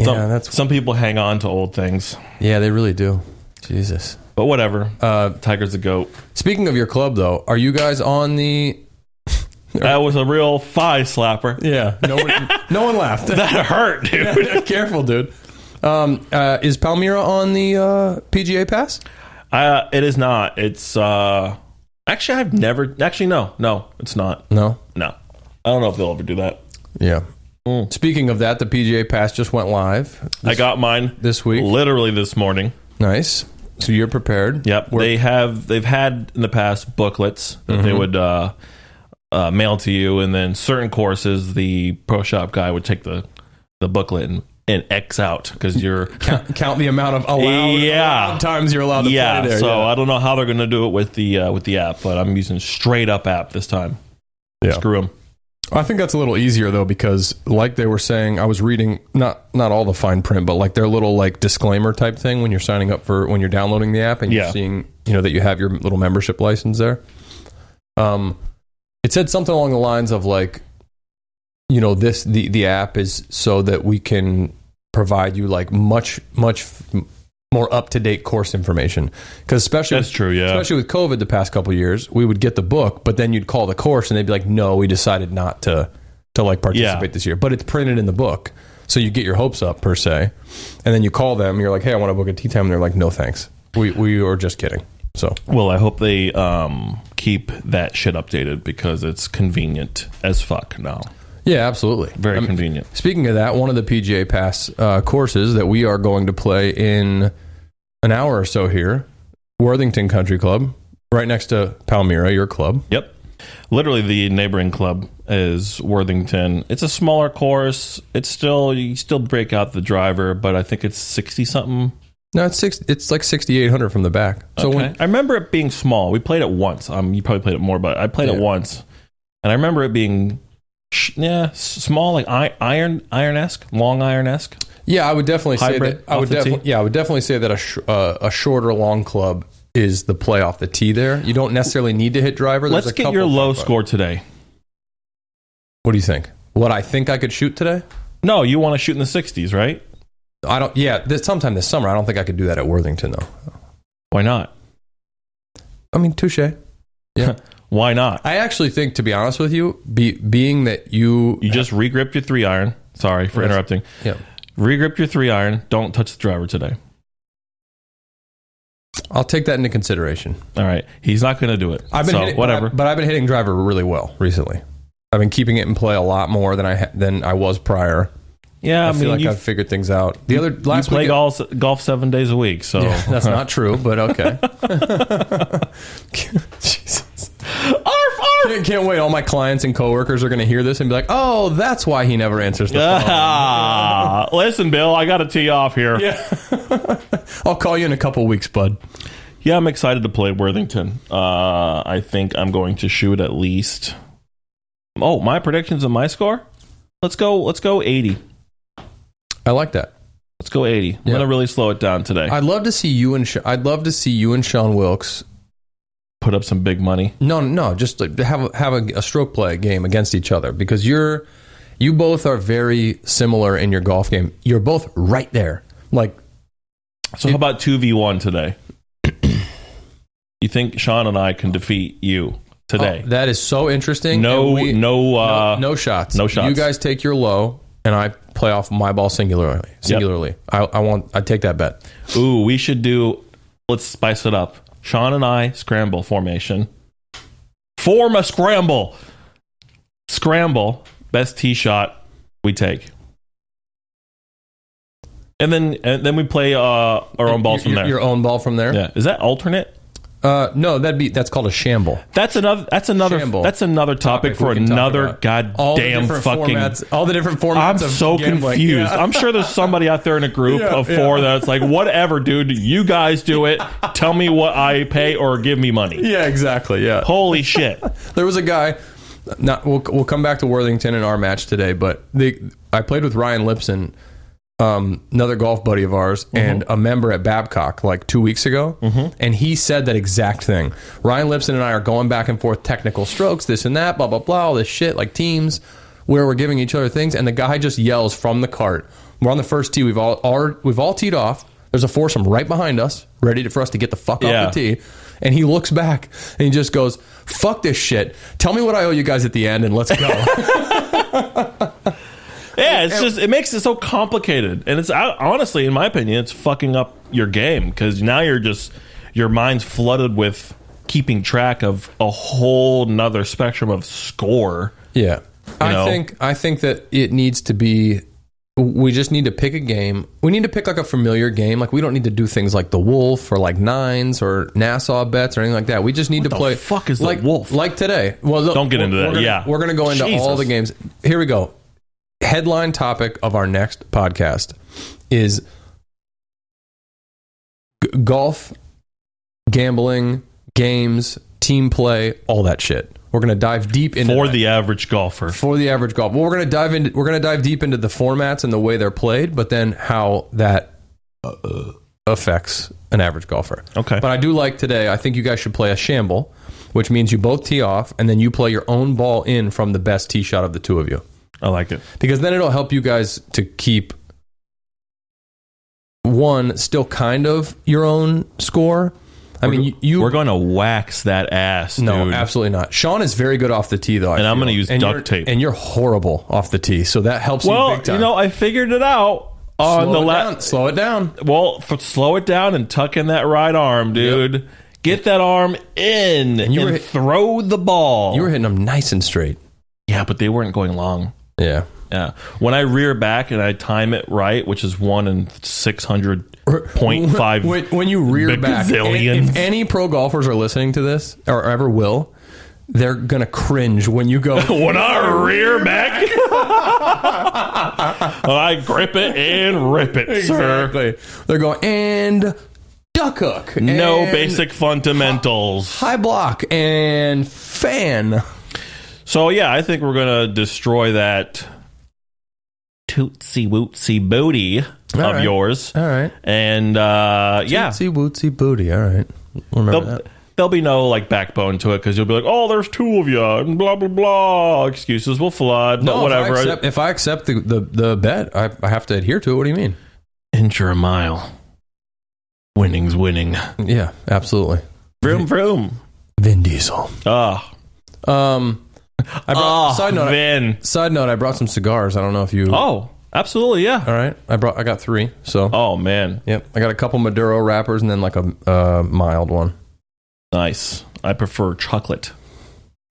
[SPEAKER 2] Yeah,
[SPEAKER 1] Some,
[SPEAKER 2] that's
[SPEAKER 1] some people hang on to old things,
[SPEAKER 2] yeah. They really do. Jesus.
[SPEAKER 1] but whatever.
[SPEAKER 2] Uh,
[SPEAKER 1] Tiger's a goat.
[SPEAKER 2] speaking of your club, though, are you guys on the?
[SPEAKER 1] That was a real thigh slapper.
[SPEAKER 2] Yeah. No one. no one laughed.
[SPEAKER 1] That hurt, dude.
[SPEAKER 2] Careful, dude. Um, uh, is Palmyra on the uh, PGA Pass?
[SPEAKER 1] Uh, it is not. It's uh, actually I've never. Actually, no, no, it's not.
[SPEAKER 2] No.
[SPEAKER 1] No, I don't know if they'll ever do that.
[SPEAKER 2] Yeah.
[SPEAKER 1] Mm.
[SPEAKER 2] Speaking of that, the PGA Pass just went live
[SPEAKER 1] I got mine
[SPEAKER 2] this week.
[SPEAKER 1] literally this morning.
[SPEAKER 2] Nice. So you're prepared.
[SPEAKER 1] Yep. they have they've had in the past booklets that
[SPEAKER 2] Mm-hmm.
[SPEAKER 1] they would uh, uh, mail to you, and then certain courses the pro shop guy would take the the booklet and, and X out because you're
[SPEAKER 2] Count the amount of allowed,
[SPEAKER 1] Yeah.
[SPEAKER 2] allowed times you're allowed to
[SPEAKER 1] yeah.
[SPEAKER 2] play there.
[SPEAKER 1] so I don't know how they're going to do it with the uh, with the app, but I'm using straight up app this time.
[SPEAKER 2] Yeah.
[SPEAKER 1] Screw them.
[SPEAKER 2] I think that's a little easier though because, like they were saying, I was reading not not all the fine print, but like their little like disclaimer type thing when you're signing up for when you're downloading the app and you're
[SPEAKER 1] Yeah.
[SPEAKER 2] seeing you know that you have your little membership license there. Um, it said something along the lines of like, you know, this the the app is so that we can provide you like much much f- more up to date course information because especially
[SPEAKER 1] That's true. Yeah.
[SPEAKER 2] especially with COVID the past couple of years, we would get the book, but then you'd call the course and they'd be like, "No, we decided not to to like participate
[SPEAKER 1] Yeah.
[SPEAKER 2] this year." But it's printed in the book, so you get your hopes up per se, and then you call them. You're like, "Hey, I want to book a tea time," and they're like, "No, thanks. We we are just kidding." So
[SPEAKER 1] Well, I hope they um, keep that shit updated because it's convenient as fuck now.
[SPEAKER 2] yeah, absolutely.
[SPEAKER 1] Very convenient.
[SPEAKER 2] Speaking of that, one of the PGA Pass uh, courses that we are going to play in an hour or so here, Worthington Country Club, right next to Palmyra, your club.
[SPEAKER 1] Yep. Literally, the neighboring club is Worthington. It's a smaller course. It's still you still break out the driver, but I think it's sixty something.
[SPEAKER 2] No, it's six. It's like sixty eight hundred from the back. So when
[SPEAKER 1] I remember it being small. We played it once. Um, you probably played it more, but I played
[SPEAKER 2] Yeah.
[SPEAKER 1] it once, and I remember it being sh- yeah s- small, like I- iron iron esque, long iron esque.
[SPEAKER 2] Yeah, I would definitely say
[SPEAKER 1] Hybrid
[SPEAKER 2] that. I would
[SPEAKER 1] off the
[SPEAKER 2] defi-
[SPEAKER 1] tee?
[SPEAKER 2] yeah, I would definitely say that a sh- uh, a shorter long club is the play off the tee. There, you don't necessarily need to hit driver. There's
[SPEAKER 1] Let's
[SPEAKER 2] a
[SPEAKER 1] get
[SPEAKER 2] couple
[SPEAKER 1] your low
[SPEAKER 2] but-
[SPEAKER 1] score today.
[SPEAKER 2] What do you think? What I think I could shoot today?
[SPEAKER 1] No, you want to shoot in the sixties, right?
[SPEAKER 2] I don't. Yeah, this, sometime this summer. I don't think I could do that at Worthington though.
[SPEAKER 1] Why not?
[SPEAKER 2] I mean, touche. Yeah.
[SPEAKER 1] Why not?
[SPEAKER 2] I actually think, to be honest with you, be, being that you,
[SPEAKER 1] You just regripped your three iron. Sorry for
[SPEAKER 2] Yes.
[SPEAKER 1] interrupting.
[SPEAKER 2] yeah,
[SPEAKER 1] Regrip your three iron. Don't touch the driver today.
[SPEAKER 2] I'll take that into consideration.
[SPEAKER 1] All right. He's not going to do it.
[SPEAKER 2] I've been
[SPEAKER 1] so,
[SPEAKER 2] hitting,
[SPEAKER 1] whatever.
[SPEAKER 2] but I've been hitting driver really well recently. I've been keeping it in play a lot more than I ha- than I was prior.
[SPEAKER 1] yeah, I,
[SPEAKER 2] I,
[SPEAKER 1] mean,
[SPEAKER 2] feel like
[SPEAKER 1] you,
[SPEAKER 2] I've figured things out. The other
[SPEAKER 1] you
[SPEAKER 2] last
[SPEAKER 1] play
[SPEAKER 2] week,
[SPEAKER 1] golf, golf seven days a week. So
[SPEAKER 2] that's not true, but okay. Jesus, can't, can't wait. All my clients and coworkers are going to hear this and be like, "Oh, that's why he never answers the phone."
[SPEAKER 1] Ah, listen, Bill, I got to tee off here. Yeah.
[SPEAKER 2] I'll call you in a couple weeks, bud.
[SPEAKER 1] I'm excited to play Worthington. Uh, I think I'm going to shoot at least. Oh, my predictions and my score. Let's go. Let's go 80.
[SPEAKER 2] I like that.
[SPEAKER 1] Let's go 80. I'm
[SPEAKER 2] Yeah.
[SPEAKER 1] going to really slow it down today.
[SPEAKER 2] I'd love to see you and Sha- I'd love to see you and Sean Wilkes
[SPEAKER 1] put up some big money.
[SPEAKER 2] No, no, just like, have a, have a, a stroke play game against each other because you're you both are very similar in your golf game. You're both right there. Like
[SPEAKER 1] So how about two v one today? you think Sean and I can defeat you today?
[SPEAKER 2] oh, that is so interesting.
[SPEAKER 1] no,
[SPEAKER 2] and we-
[SPEAKER 1] no,
[SPEAKER 2] no,
[SPEAKER 1] uh,
[SPEAKER 2] no shots.
[SPEAKER 1] no shots.
[SPEAKER 2] You guys take your low, and I play off my ball singularly. Singularly, I, I want. I take that bet.
[SPEAKER 1] Ooh, we should do. Let's spice it up. Sean and I scramble formation. Form a scramble. Scramble. Best tee shot we take. And then and then we play uh, our own balls
[SPEAKER 2] your,
[SPEAKER 1] from there.
[SPEAKER 2] Your own ball from there.
[SPEAKER 1] yeah, is that alternate?
[SPEAKER 2] Uh, no, that'd be that's called a shamble.
[SPEAKER 1] That's another. That's another.
[SPEAKER 2] Shamble.
[SPEAKER 1] That's another topic,
[SPEAKER 2] Topic
[SPEAKER 1] for
[SPEAKER 2] we can talk
[SPEAKER 1] another
[SPEAKER 2] about. All
[SPEAKER 1] goddamn
[SPEAKER 2] the different
[SPEAKER 1] fucking.
[SPEAKER 2] formats. All the different formats.
[SPEAKER 1] I'm
[SPEAKER 2] of
[SPEAKER 1] so
[SPEAKER 2] gambling.
[SPEAKER 1] confused.
[SPEAKER 2] Yeah.
[SPEAKER 1] I'm sure there's somebody out there in a group
[SPEAKER 2] Yeah,
[SPEAKER 1] of four that's like, whatever, dude. You guys do it. Tell me what I pay or give me money.
[SPEAKER 2] Yeah, exactly. Yeah.
[SPEAKER 1] Holy shit!
[SPEAKER 2] There was a guy. Not we'll we'll come back to Worthington in our match today, but they I played with Ryan Lipson, um, another golf buddy of ours, and a member at Babcock like two weeks ago, and he said that exact thing. Ryan Lipson and I are going back and forth technical strokes, this and that, blah blah blah, all this shit like teams where we're giving each other things, and the guy just yells from the cart. We're on the first tee. We've all are, we've all teed off. There's a foursome right behind us, ready to, for us to get the fuck
[SPEAKER 1] Yeah.
[SPEAKER 2] off the tee. And he looks back and he just goes, "Fuck this shit. Tell me what I owe you guys at the end, and let's go."
[SPEAKER 1] Yeah, it's just it makes it so complicated, and it's I, honestly, in my opinion, it's fucking up your game because now you're just your mind's flooded with keeping track of a whole nother spectrum of score.
[SPEAKER 2] yeah, I
[SPEAKER 1] know?
[SPEAKER 2] think I think that it needs to be. We just need to pick a game. We need to pick like a familiar game. Like we don't need to do things like the wolf or like nines or Nassau bets or anything like that. We just need to
[SPEAKER 1] the
[SPEAKER 2] play.
[SPEAKER 1] fuck is the
[SPEAKER 2] like
[SPEAKER 1] wolf?
[SPEAKER 2] Like today. Well, look,
[SPEAKER 1] Don't get into
[SPEAKER 2] we're-
[SPEAKER 1] that.
[SPEAKER 2] we're gonna-
[SPEAKER 1] Yeah.
[SPEAKER 2] we're gonna go into all
[SPEAKER 1] Jesus.
[SPEAKER 2] the games. Here we go. Headline topic of our next podcast is g- golf gambling, games, team play, all that shit. We're gonna dive deep into
[SPEAKER 1] For
[SPEAKER 2] that.
[SPEAKER 1] the average golfer,
[SPEAKER 2] for the average golf. Well, we're gonna dive into we're gonna dive deep into the formats and the way they're played, but then how that uh, affects an average golfer.
[SPEAKER 1] Okay.
[SPEAKER 2] But I do like today. I think you guys should play a shamble, which means you both tee off and then you play your own ball in from the best tee shot of the two of you,
[SPEAKER 1] I like it.
[SPEAKER 2] because then it'll help you guys to keep one still kind of your own score. I mean, you, you
[SPEAKER 1] We're going to wax that ass,
[SPEAKER 2] no,
[SPEAKER 1] dude.
[SPEAKER 2] absolutely not. Sean is very good off the tee, though. I
[SPEAKER 1] And I'm
[SPEAKER 2] feel.
[SPEAKER 1] gonna use
[SPEAKER 2] And
[SPEAKER 1] duct
[SPEAKER 2] you're-
[SPEAKER 1] tape.
[SPEAKER 2] And you're horrible off the tee, so that helps you
[SPEAKER 1] Well,
[SPEAKER 2] big time.
[SPEAKER 1] you know, I figured it out on
[SPEAKER 2] slow
[SPEAKER 1] the
[SPEAKER 2] it
[SPEAKER 1] last.
[SPEAKER 2] down. Slow it down.
[SPEAKER 1] Well, f slow it down and tuck in that right arm, dude. Get that arm in and,
[SPEAKER 2] you were hit-
[SPEAKER 1] throw the ball.
[SPEAKER 2] You were hitting them nice and straight.
[SPEAKER 1] yeah, but they weren't going long.
[SPEAKER 2] Yeah.
[SPEAKER 1] Yeah. When I rear back and I time it right, which is one in six hundred point five.
[SPEAKER 2] When, when you rear back,
[SPEAKER 1] Bazillions.
[SPEAKER 2] if any pro golfers are listening to this or ever will, they're gonna cringe when you go.
[SPEAKER 1] When I rear back, I grip it and rip it, sir.
[SPEAKER 2] Exactly. They're going and duck hook.
[SPEAKER 1] No
[SPEAKER 2] and
[SPEAKER 1] basic fundamentals.
[SPEAKER 2] high block and fan.
[SPEAKER 1] So yeah, I think we're gonna destroy that tootsie wootsy booty
[SPEAKER 2] All
[SPEAKER 1] of
[SPEAKER 2] right.
[SPEAKER 1] yours,
[SPEAKER 2] All right.
[SPEAKER 1] and uh, yeah,
[SPEAKER 2] Tootsie wootsy booty. All right. Remember
[SPEAKER 1] there'll, there'll be no like backbone to it because you'll be like, oh, there's two of you, and blah blah blah. Excuses will flood, but
[SPEAKER 2] No,
[SPEAKER 1] whatever.
[SPEAKER 2] If I accept, if I accept the, the, the bet, I, I have to adhere to it. What do you mean?
[SPEAKER 1] Inch or a mile, winning's winning.
[SPEAKER 2] Yeah, absolutely.
[SPEAKER 1] Vroom vroom.
[SPEAKER 2] Vin Diesel.
[SPEAKER 1] Ah,
[SPEAKER 2] Um, I brought,
[SPEAKER 1] ah,
[SPEAKER 2] side note. I,
[SPEAKER 1] Vin.
[SPEAKER 2] side note. I brought some cigars. I don't know if you.
[SPEAKER 1] Oh, absolutely, yeah.
[SPEAKER 2] All right. I brought. I got three. So.
[SPEAKER 1] Oh man,
[SPEAKER 2] Yep. I got a couple Maduro wrappers and then like a uh, mild one.
[SPEAKER 1] nice. I prefer chocolate.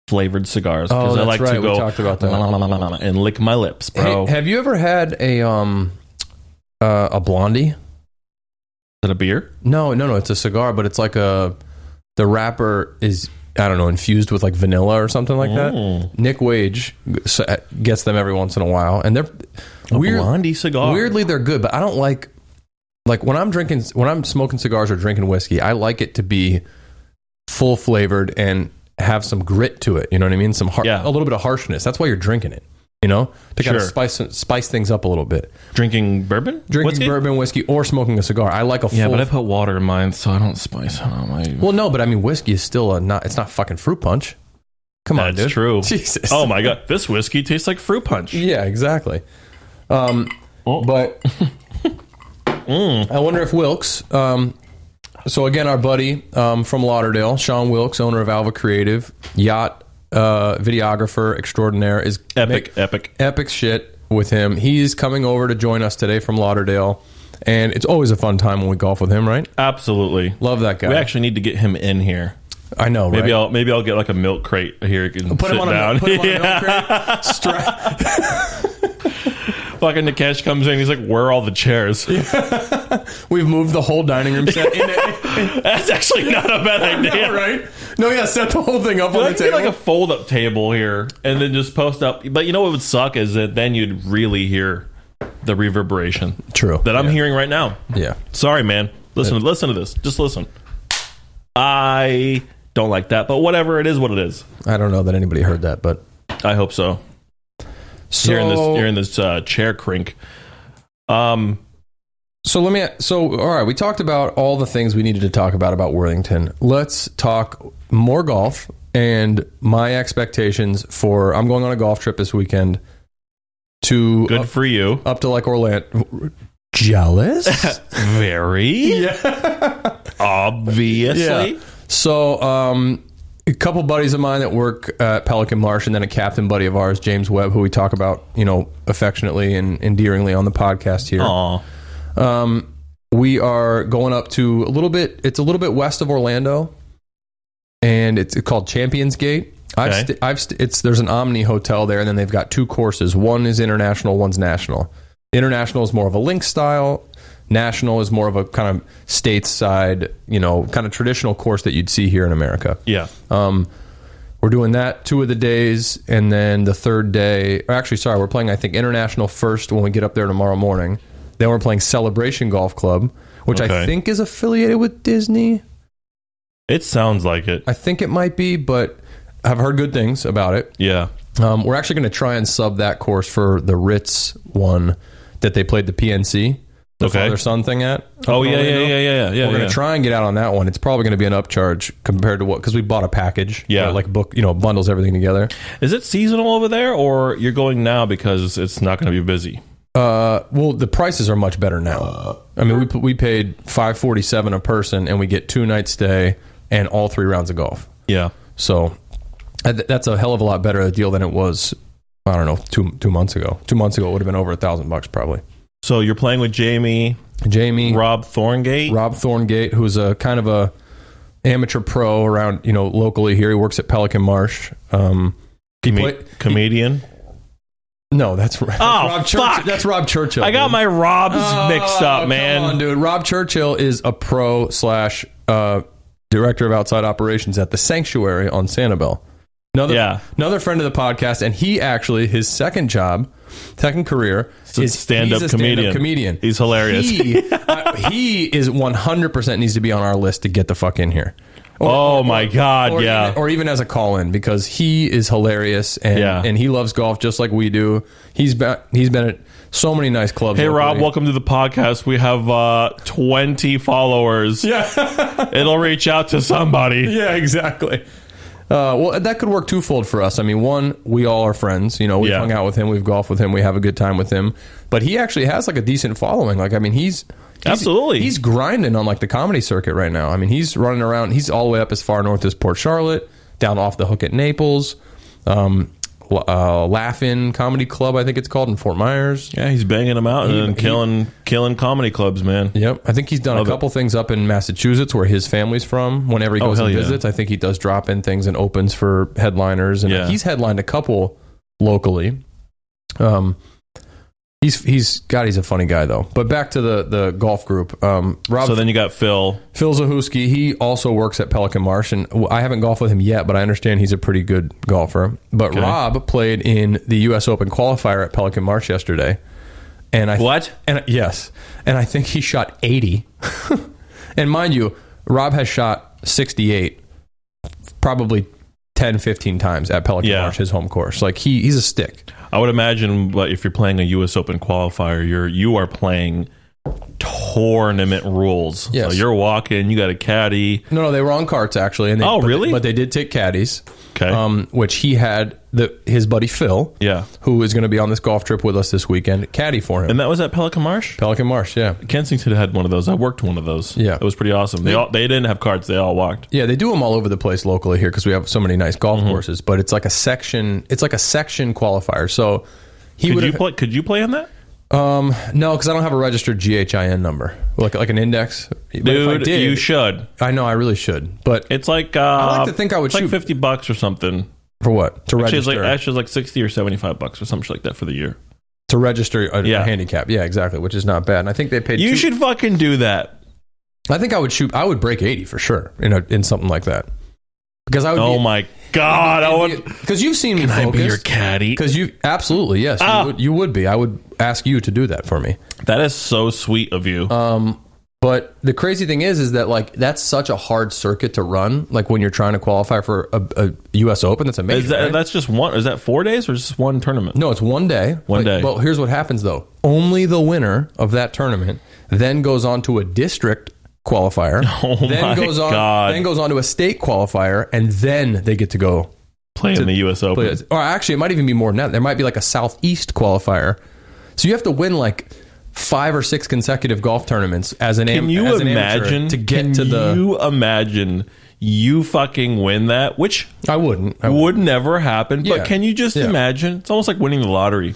[SPEAKER 1] Flavored cigars because
[SPEAKER 2] Oh,
[SPEAKER 1] I
[SPEAKER 2] that's
[SPEAKER 1] like to
[SPEAKER 2] right. We
[SPEAKER 1] go
[SPEAKER 2] talked about that.
[SPEAKER 1] and lick my lips, bro.
[SPEAKER 2] Hey, have you ever had a um uh, a blondie?
[SPEAKER 1] Is that a beer?
[SPEAKER 2] No, no, no. It's a cigar, but it's like a the wrapper is I don't know infused with like vanilla or something like
[SPEAKER 1] Mm.
[SPEAKER 2] that. Nick Wage s- gets them every once in a while, and they're
[SPEAKER 1] A
[SPEAKER 2] weird,
[SPEAKER 1] blondie cigar.
[SPEAKER 2] weirdly they're good, but I don't like like when I'm drinking when I'm smoking cigars or drinking whiskey. I like it to be full flavored and have some grit to it. You know what I mean? Some har-
[SPEAKER 1] Yeah.
[SPEAKER 2] a little bit of harshness. That's why you're drinking it. you know, to kind of
[SPEAKER 1] Sure.
[SPEAKER 2] spice spice things up a little bit.
[SPEAKER 1] Drinking bourbon?
[SPEAKER 2] Drinking
[SPEAKER 1] Whiskey?
[SPEAKER 2] bourbon whiskey or smoking a cigar. I like a
[SPEAKER 1] Yeah,
[SPEAKER 2] full.
[SPEAKER 1] but I put water in mine, so I don't spice it on my.
[SPEAKER 2] well, no, but I mean whiskey is still a not. It's not fucking fruit punch. Come on,
[SPEAKER 1] That's
[SPEAKER 2] dude.
[SPEAKER 1] true.
[SPEAKER 2] Jesus.
[SPEAKER 1] Oh my god, this whiskey tastes like fruit punch.
[SPEAKER 2] Yeah, exactly.
[SPEAKER 1] Oh.
[SPEAKER 2] Um, But
[SPEAKER 1] Mm.
[SPEAKER 2] I wonder if Wilkes. Um, so again, our buddy um, from Lauderdale, Sean Wilkes, owner of Alva Creative, yacht uh, videographer extraordinaire, is
[SPEAKER 1] Epic, epic.
[SPEAKER 2] epic shit with him. He's coming over to join us today from Lauderdale, and it's always a fun time when we golf with him, right?
[SPEAKER 1] Absolutely.
[SPEAKER 2] Love that guy.
[SPEAKER 1] We actually need to get him in here.
[SPEAKER 2] I know,
[SPEAKER 1] Maybe
[SPEAKER 2] right?
[SPEAKER 1] I'll maybe I'll get like a milk crate here and
[SPEAKER 2] put
[SPEAKER 1] sit
[SPEAKER 2] him on
[SPEAKER 1] down.
[SPEAKER 2] a put him on
[SPEAKER 1] yeah.
[SPEAKER 2] a milk crate, stra-
[SPEAKER 1] Fucking Nikesh comes in. He's like, "Where are all the chairs?"
[SPEAKER 2] We've moved the whole dining room set in it,
[SPEAKER 1] That's actually not a bad idea,
[SPEAKER 2] right? No, yeah, set the whole thing up on the
[SPEAKER 1] Let's get
[SPEAKER 2] table.
[SPEAKER 1] like a fold-up table here, and then just post up. But you know what would suck is that then you'd really hear the reverberation
[SPEAKER 2] True.
[SPEAKER 1] that I'm hearing right now.
[SPEAKER 2] Yeah.
[SPEAKER 1] Sorry, man. Listen, listen to this. Just listen. I don't like that, but whatever. It is what it is.
[SPEAKER 2] I don't know that anybody heard that, but
[SPEAKER 1] I hope so.
[SPEAKER 2] so,
[SPEAKER 1] hearing this, hearing this uh, chair crink. Um,
[SPEAKER 2] so let me. So all right, we talked about all the things we needed to talk about about Worthington. Let's talk more golf and my expectations for. I'm going on a golf trip this weekend to
[SPEAKER 1] good
[SPEAKER 2] up,
[SPEAKER 1] for you.
[SPEAKER 2] up to like Orlando. Jealous?
[SPEAKER 1] Very
[SPEAKER 2] yeah.
[SPEAKER 1] obviously.
[SPEAKER 2] Yeah. So, um, a couple buddies of mine that work at Pelican Marsh, and then a captain buddy of ours, James Webb, who we talk about, you know, affectionately and endearingly on the podcast here.
[SPEAKER 1] Aw.
[SPEAKER 2] Um, we are going up to a little bit. It's a little bit west of Orlando, and it's called Champions Gate. I've,
[SPEAKER 1] Okay.
[SPEAKER 2] st- I've st- it's there's an Omni hotel there, and then they've got two courses. One is international, one's national. International is more of a link style. National is more of a kind of stateside, you know, kind of traditional course that you'd see here in America.
[SPEAKER 1] Yeah.
[SPEAKER 2] Um, we're doing that two of the days, and then the third day. Or actually, sorry, we're playing I think international first when we get up there tomorrow morning. Then we're playing Celebration Golf Club, which I
[SPEAKER 1] Okay.
[SPEAKER 2] think is affiliated with Disney.
[SPEAKER 1] It sounds like it.
[SPEAKER 2] I think it might be, but I've heard good things about it.
[SPEAKER 1] Yeah.
[SPEAKER 2] Um, we're actually going to try and sub that course for the Ritz one that they played the PNC, the
[SPEAKER 1] Okay.
[SPEAKER 2] father son thing at.
[SPEAKER 1] Oh yeah, yeah,
[SPEAKER 2] Orlando.
[SPEAKER 1] yeah, yeah, yeah. yeah
[SPEAKER 2] we're gonna try and get out on that one. It's probably gonna be an upcharge compared to what because we bought a package.
[SPEAKER 1] Yeah.
[SPEAKER 2] that, like book, you know, bundles everything together.
[SPEAKER 1] Is it seasonal over there, or you're going now because it's not going to be busy?
[SPEAKER 2] Uh, well, the prices are much better now.
[SPEAKER 1] Uh,
[SPEAKER 2] I mean, we p- we paid five forty seven a person, and we get two nights stay and all three rounds of golf.
[SPEAKER 1] Yeah.
[SPEAKER 2] So I th- that's a hell of a lot better a deal than it was. I don't know, two two months ago. Two months ago, it would have been over a thousand bucks probably.
[SPEAKER 1] So you're playing with Jamie,
[SPEAKER 2] Jamie,
[SPEAKER 1] Rob Thorngate.
[SPEAKER 2] Rob Thorngate, who's a kind of a amateur pro around you know locally here. He works at Pelican Marsh. Um,
[SPEAKER 1] Come-
[SPEAKER 2] play-
[SPEAKER 1] comedian.
[SPEAKER 2] no, that's right.
[SPEAKER 1] Oh,
[SPEAKER 2] Rob Church-
[SPEAKER 1] fuck.
[SPEAKER 2] That's Rob Churchill.
[SPEAKER 1] I got
[SPEAKER 2] dude.
[SPEAKER 1] my Robs mixed
[SPEAKER 2] Oh,
[SPEAKER 1] up,
[SPEAKER 2] come on,
[SPEAKER 1] man.
[SPEAKER 2] dude. Rob Churchill is a pro slash uh, director of outside operations at the Sanctuary on Sanibel. Another
[SPEAKER 1] Yeah.
[SPEAKER 2] another friend of the podcast, and he actually his second job, second career
[SPEAKER 1] a
[SPEAKER 2] is
[SPEAKER 1] stand-up
[SPEAKER 2] he's a stand-up
[SPEAKER 1] comedian.
[SPEAKER 2] comedian.
[SPEAKER 1] He's hilarious.
[SPEAKER 2] He, uh, he is one hundred percent needs to be on our list to get the fuck in here. Or-
[SPEAKER 1] Oh my god,
[SPEAKER 2] or
[SPEAKER 1] yeah.
[SPEAKER 2] even, or even as a call in because he is hilarious and
[SPEAKER 1] Yeah.
[SPEAKER 2] and he loves golf just like we do. He's been he's been at so many nice clubs.
[SPEAKER 1] hey
[SPEAKER 2] locally.
[SPEAKER 1] Rob, welcome to the podcast. We have uh, 20 followers.
[SPEAKER 2] Yeah,
[SPEAKER 1] It'll reach out to somebody.
[SPEAKER 2] yeah, exactly. Uh, well, that could work twofold for us. I mean, one, we all are friends. You know, we've
[SPEAKER 1] Yeah.
[SPEAKER 2] hung out with him, we've golfed with him, we have a good time with him. But he actually has like a decent following. Like, I mean, he's, he's
[SPEAKER 1] Absolutely.
[SPEAKER 2] he's grinding on like the comedy circuit right now. I mean, he's running around. He's all the way up as far north as Port Charlotte, down off the hook at Naples, um, L- uh, Laughing Comedy Club, I think it's called in Fort Myers.
[SPEAKER 1] Yeah, he's banging them out and
[SPEAKER 2] he-
[SPEAKER 1] killing killing comedy clubs, man.
[SPEAKER 2] Yep, I think he's done a couple things up in Massachusetts where his family's from. Whenever he goes
[SPEAKER 1] Oh, hell
[SPEAKER 2] and
[SPEAKER 1] yeah.
[SPEAKER 2] visits, I think he does drop in things and opens for headliners, and
[SPEAKER 1] Yeah.
[SPEAKER 2] he's headlined a couple locally. Um, he's he's God, he's a funny guy though. But back to the the golf group. Um, Rob
[SPEAKER 1] So then you got Phil.
[SPEAKER 2] Phil Zahusky, he also works at Pelican Marsh, and w- I haven't golfed with him yet, but I understand he's a pretty good golfer. But Rob played in the U.S. Open qualifier at Pelican Marsh yesterday, and I th-
[SPEAKER 1] What?
[SPEAKER 2] and yes, and I think he shot eighty. and mind you, Rob has shot sixty-eight, probably 10, 15 times at Pelican
[SPEAKER 1] Yeah.
[SPEAKER 2] Marsh, his home course. Like he, he's a stick.
[SPEAKER 1] I would imagine, but if you're playing a U.S. Open qualifier, you're you are playing tournament rules.
[SPEAKER 2] Yes.
[SPEAKER 1] So you're walking. You got a caddy.
[SPEAKER 2] No, no, they were on carts actually. And they,
[SPEAKER 1] Oh,
[SPEAKER 2] but-
[SPEAKER 1] really?
[SPEAKER 2] But they did take caddies,
[SPEAKER 1] Okay.
[SPEAKER 2] um, which he had the his buddy Phil,
[SPEAKER 1] yeah.
[SPEAKER 2] who is going to be on this golf trip with us this weekend, caddy for him.
[SPEAKER 1] And that was at Pelican Marsh.
[SPEAKER 2] Pelican Marsh, yeah,
[SPEAKER 1] Kensington had one of those. I worked one of those.
[SPEAKER 2] Yeah.
[SPEAKER 1] it was pretty awesome. They all they didn't have cards. They all walked.
[SPEAKER 2] yeah. They do them all over the place locally here because we have so many nice golf
[SPEAKER 1] Mm-hmm.
[SPEAKER 2] courses. But it's like a section. It's like a section qualifier. So he
[SPEAKER 1] Could
[SPEAKER 2] would
[SPEAKER 1] you play? Could you play in that?
[SPEAKER 2] Um, no, because I don't have a registered GHIN number, like like an index. But if I
[SPEAKER 1] Dude,
[SPEAKER 2] did,
[SPEAKER 1] you should.
[SPEAKER 2] I know I really should, but
[SPEAKER 1] It's like uh,
[SPEAKER 2] I like to think I would
[SPEAKER 1] it's like
[SPEAKER 2] shoot-
[SPEAKER 1] fifty bucks or something.
[SPEAKER 2] for what to
[SPEAKER 1] Actually,
[SPEAKER 2] register?
[SPEAKER 1] it's like actually it's like sixty or seventy five bucks or something like that for the year.
[SPEAKER 2] to register a, a
[SPEAKER 1] Yeah.
[SPEAKER 2] handicap, yeah, exactly, which is not bad. And I think they paid.
[SPEAKER 1] You
[SPEAKER 2] two-
[SPEAKER 1] should fucking do that.
[SPEAKER 2] I think I would shoot. I would break eighty for sure in a, in something like that because I would.
[SPEAKER 1] Oh
[SPEAKER 2] be,
[SPEAKER 1] my god! I would.
[SPEAKER 2] because you've seen me
[SPEAKER 1] Can I be your
[SPEAKER 2] focus.
[SPEAKER 1] caddy?
[SPEAKER 2] Because you absolutely yes,
[SPEAKER 1] Ah.
[SPEAKER 2] you, would, you would be. I would ask you to do that for me.
[SPEAKER 1] That is so sweet of you.
[SPEAKER 2] Um, but the crazy thing is, is that like that's such a hard circuit to run. Like when you're trying to qualify for a, a U.S. Open, that's amazing.
[SPEAKER 1] is that that's just one? Is that four days or just one tournament?
[SPEAKER 2] No, it's one day.
[SPEAKER 1] One
[SPEAKER 2] But-
[SPEAKER 1] day.
[SPEAKER 2] But here's what happens though: only the winner of that tournament then goes on to a district qualifier.
[SPEAKER 1] Oh
[SPEAKER 2] then
[SPEAKER 1] my
[SPEAKER 2] goes on,
[SPEAKER 1] God.
[SPEAKER 2] Then goes on to a state qualifier, and then they get to go.
[SPEAKER 1] Play in the U.S. Open.
[SPEAKER 2] play it. Or actually, it might even be more than that. There might be like a southeast qualifier. So you have to win like five or six consecutive golf tournaments as an am-
[SPEAKER 1] Can you
[SPEAKER 2] as an amateur
[SPEAKER 1] imagine
[SPEAKER 2] to
[SPEAKER 1] can
[SPEAKER 2] get to the?
[SPEAKER 1] You imagine you fucking win that, which
[SPEAKER 2] I wouldn't. I wouldn't.
[SPEAKER 1] would never happen.
[SPEAKER 2] Yeah.
[SPEAKER 1] But can you just
[SPEAKER 2] Yeah.
[SPEAKER 1] imagine? It's almost like winning the lottery.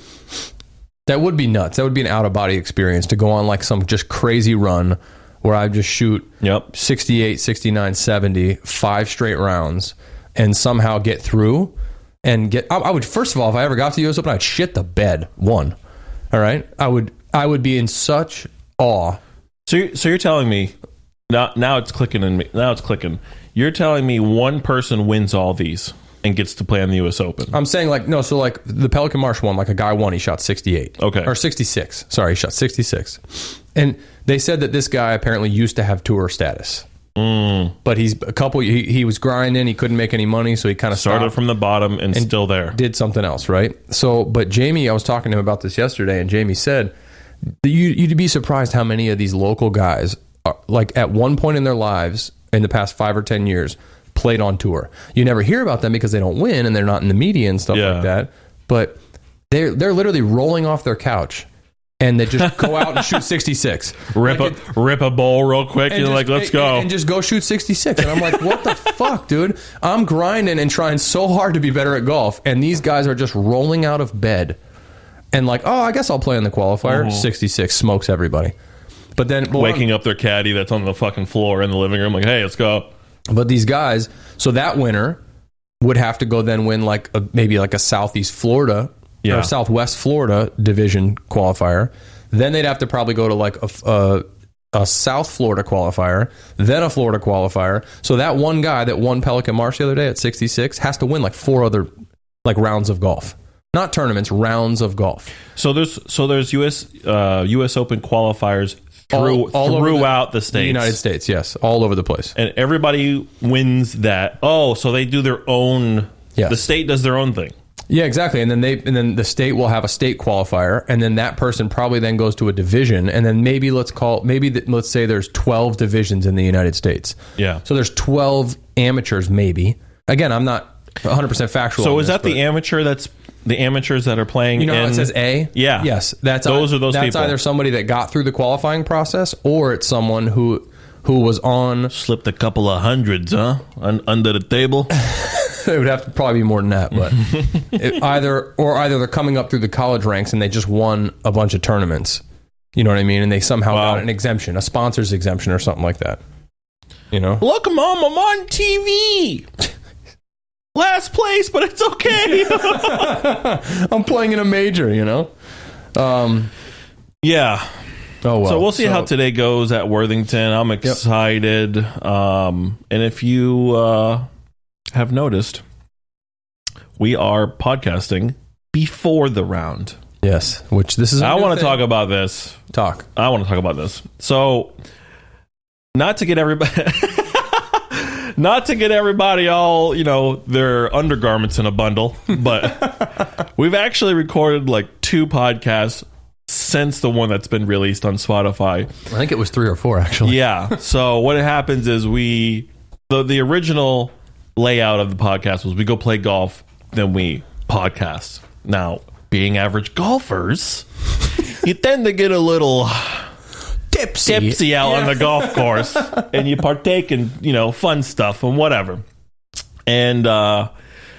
[SPEAKER 2] That would be nuts. That would be an out of body experience to go on like some just crazy run where I just shoot
[SPEAKER 1] Yep.
[SPEAKER 2] 68, 69, 70, five straight rounds, and somehow get through and get. I, I would first of all, if I ever got to the U.S. Open, I'd shit the bed. One, all right. I would. I would be in such awe.
[SPEAKER 1] So, you- so you're telling me now? Now it's clicking in me. Now it's clicking. You're telling me one person wins all these and gets to play in the U.S. Open.
[SPEAKER 2] I'm saying like no, so like the Pelican Marsh one, like a guy won, he shot 68.
[SPEAKER 1] Okay.
[SPEAKER 2] Or 66. Sorry, he shot 66. And they said that this guy apparently used to have tour status.
[SPEAKER 1] Mm.
[SPEAKER 2] But he's a couple he, he was grinding, he couldn't make any money, so he kind of
[SPEAKER 1] Started from the bottom and, still there.
[SPEAKER 2] did something else, right? So, but Jamie, I was talking to him about this yesterday, and Jamie said, that you, you'd be surprised how many of these local guys, are, like at one point in their lives in the past five or 10 years, played on tour. You never hear about them because they don't win and they're not in the media and stuff
[SPEAKER 1] Yeah.
[SPEAKER 2] like that. But they're, they're literally rolling off their couch and they just go out and shoot 66.
[SPEAKER 1] Rip
[SPEAKER 2] Like,
[SPEAKER 1] a rip a bowl real quick. You're
[SPEAKER 2] and
[SPEAKER 1] like,
[SPEAKER 2] just-
[SPEAKER 1] let's
[SPEAKER 2] and-
[SPEAKER 1] go.
[SPEAKER 2] and just go shoot 66 and i'm like what the fuck dude i'm grinding and trying so hard to be better at golf and these guys are just rolling out of bed and like oh i guess i'll play in the qualifier
[SPEAKER 1] Mm-hmm.
[SPEAKER 2] 66 smokes everybody but then well,
[SPEAKER 1] Waking up their caddy that's on the fucking floor in the living room. Like, hey, let's go.
[SPEAKER 2] but these guys so that winner would have to go then win like a, maybe like a southeast florida
[SPEAKER 1] Yeah.
[SPEAKER 2] or southwest florida division qualifier then they'd have to probably go to like a, f- a- a south florida qualifier then a florida qualifier so that one guy that won pelican marsh the other day at 66 has to win like four other like rounds of golf not tournaments rounds of golf
[SPEAKER 1] So there's so there's U.S. Uh, U.S. Open qualifiers through
[SPEAKER 2] All- all over the-
[SPEAKER 1] throughout the,
[SPEAKER 2] the
[SPEAKER 1] states,
[SPEAKER 2] united states yes all over the place
[SPEAKER 1] and everybody wins that. Oh, so they do their own.
[SPEAKER 2] Yes.
[SPEAKER 1] The state does their own thing.
[SPEAKER 2] Yeah, exactly. And then they and then the state will have a state qualifier, and then that person probably then goes to a division, and then maybe let's call maybe th- let's say there's twelve divisions in the United States.
[SPEAKER 1] Yeah.
[SPEAKER 2] So there's twelve amateurs, maybe. Again, I'm not 100 percent factual.
[SPEAKER 1] So
[SPEAKER 2] on
[SPEAKER 1] is
[SPEAKER 2] this,
[SPEAKER 1] that the
[SPEAKER 2] but-
[SPEAKER 1] amateur? That's the amateurs that are playing.
[SPEAKER 2] you know how
[SPEAKER 1] in-
[SPEAKER 2] it says A?
[SPEAKER 1] Yeah.
[SPEAKER 2] Yes. That's
[SPEAKER 1] Those are those
[SPEAKER 2] That's
[SPEAKER 1] people.
[SPEAKER 2] either somebody that got through the qualifying process, or it's someone who who was on.
[SPEAKER 1] Slipped a couple of hundreds, huh? Un- under the table.
[SPEAKER 2] It would have to probably be more than that, but it, either or either they're coming up through the college ranks and they just won a bunch of tournaments. You know what I mean? And they somehow
[SPEAKER 1] Wow.
[SPEAKER 2] got an exemption, a sponsor's exemption or something like that. You know?
[SPEAKER 1] Look, mom, I'm on TV. Last place, but it's okay.
[SPEAKER 2] I'm playing in a major, you know? Um,
[SPEAKER 1] yeah.
[SPEAKER 2] oh well.
[SPEAKER 1] So we'll see how today goes at Worthington. I'm excited. Um, and if you uh, have noticed, we are podcasting before the round.
[SPEAKER 2] Yes, which this is I
[SPEAKER 1] I want to talk about this.
[SPEAKER 2] talk.
[SPEAKER 1] I want to talk about this. So, not to get everybody. not to get everybody all you know their undergarments in a bundle, but we've actually recorded like two podcasts since the one that's been released on Spotify.
[SPEAKER 3] I think it was three or four actually.
[SPEAKER 1] Yeah. So what happens is we the the original layout of the podcast was we go play golf, then we podcast. Now, being average golfers, you tend to get a little
[SPEAKER 3] Tipsy.
[SPEAKER 1] tipsy out on the golf course and you partake in, you know, fun stuff and whatever. And uh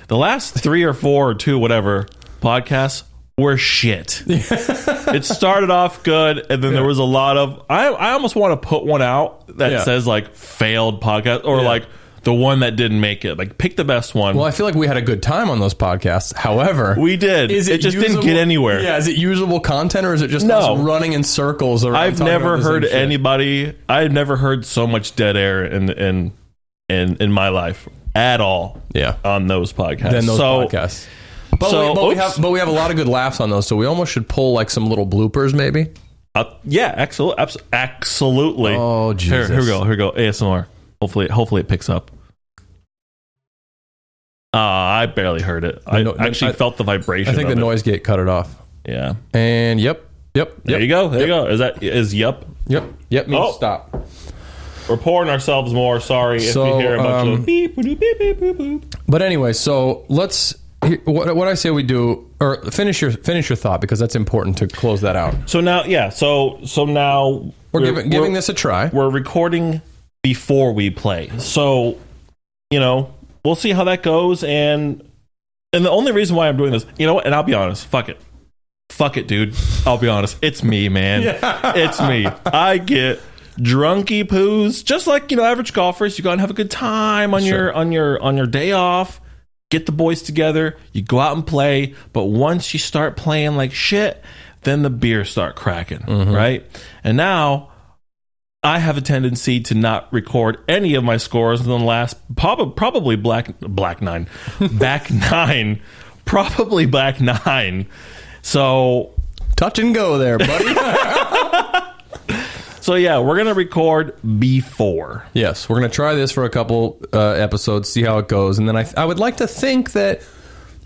[SPEAKER 1] the last three or four or two, whatever, podcasts were shit. it started off good and then there was a lot of I I almost want to put one out that
[SPEAKER 2] Yeah.
[SPEAKER 1] says like failed podcast or like the one that didn't make it. Like pick the best one.
[SPEAKER 2] Well, I feel like we had a good time on those podcasts. However,
[SPEAKER 1] we did. it, just didn't get
[SPEAKER 2] usable-
[SPEAKER 1] anywhere.
[SPEAKER 2] Yeah, is it usable content or is it just
[SPEAKER 1] No.
[SPEAKER 2] us running in circles? Around
[SPEAKER 1] I've
[SPEAKER 2] talking
[SPEAKER 1] never
[SPEAKER 2] about the same
[SPEAKER 1] heard
[SPEAKER 2] shit?
[SPEAKER 1] anybody. I've never heard so much dead air in in in in my life at all.
[SPEAKER 2] Yeah.
[SPEAKER 1] on those podcasts.
[SPEAKER 2] than those
[SPEAKER 1] so,
[SPEAKER 2] podcasts. But,
[SPEAKER 1] so-
[SPEAKER 2] we, but, we
[SPEAKER 1] oops.
[SPEAKER 2] have, but we have a lot of good laughs on those, so we almost should pull like some little bloopers, maybe.
[SPEAKER 1] Uh, yeah, absolutely, absolutely.
[SPEAKER 3] Oh, Jesus.
[SPEAKER 1] Here, here we go. Here we go. ASMR. Hopefully, hopefully it picks up. Uh, I barely heard it. I
[SPEAKER 2] no-
[SPEAKER 1] actually
[SPEAKER 2] I-
[SPEAKER 1] felt the vibration.
[SPEAKER 2] I think the
[SPEAKER 1] of it.
[SPEAKER 2] noise gate cut it off.
[SPEAKER 1] Yeah.
[SPEAKER 2] And yep, yep,
[SPEAKER 1] There
[SPEAKER 2] yep,
[SPEAKER 1] you go. There you go. Is that is yep?
[SPEAKER 2] yep, yep. Means
[SPEAKER 1] Oh.
[SPEAKER 2] stop.
[SPEAKER 1] We're pouring ourselves more. Sorry if
[SPEAKER 2] So,
[SPEAKER 1] you hear a bunch
[SPEAKER 2] um,
[SPEAKER 1] of beep, boop, beep, beep, boop, boop.
[SPEAKER 2] But anyway, so let's. he- What, what I say we do, or finish your finish your thought because that's important to close that out.
[SPEAKER 1] So now, yeah. So so now
[SPEAKER 2] We're, giving, giving this a try.
[SPEAKER 1] we're recording before we play. So, you know, we'll see how that goes. And and the only reason why I'm doing this, you know what? And I'll be honest, fuck it. Fuck it, dude. I'll be honest. It's me, man. It's me. I get drunky poos, just like you know, average golfers. You go out and have a good time on your on your on your day off. Get the boys together. You go out and play. But once you start playing like shit, then the beers start cracking, right? And now I have a tendency to not record any of my scores in the last prob- probably black black nine, back nine, probably back nine. So
[SPEAKER 2] Touch and go there, buddy.
[SPEAKER 1] so yeah, we're gonna record before.
[SPEAKER 2] Yes, we're going to try this for a couple uh, episodes, see how it goes, and then I, I would like to think that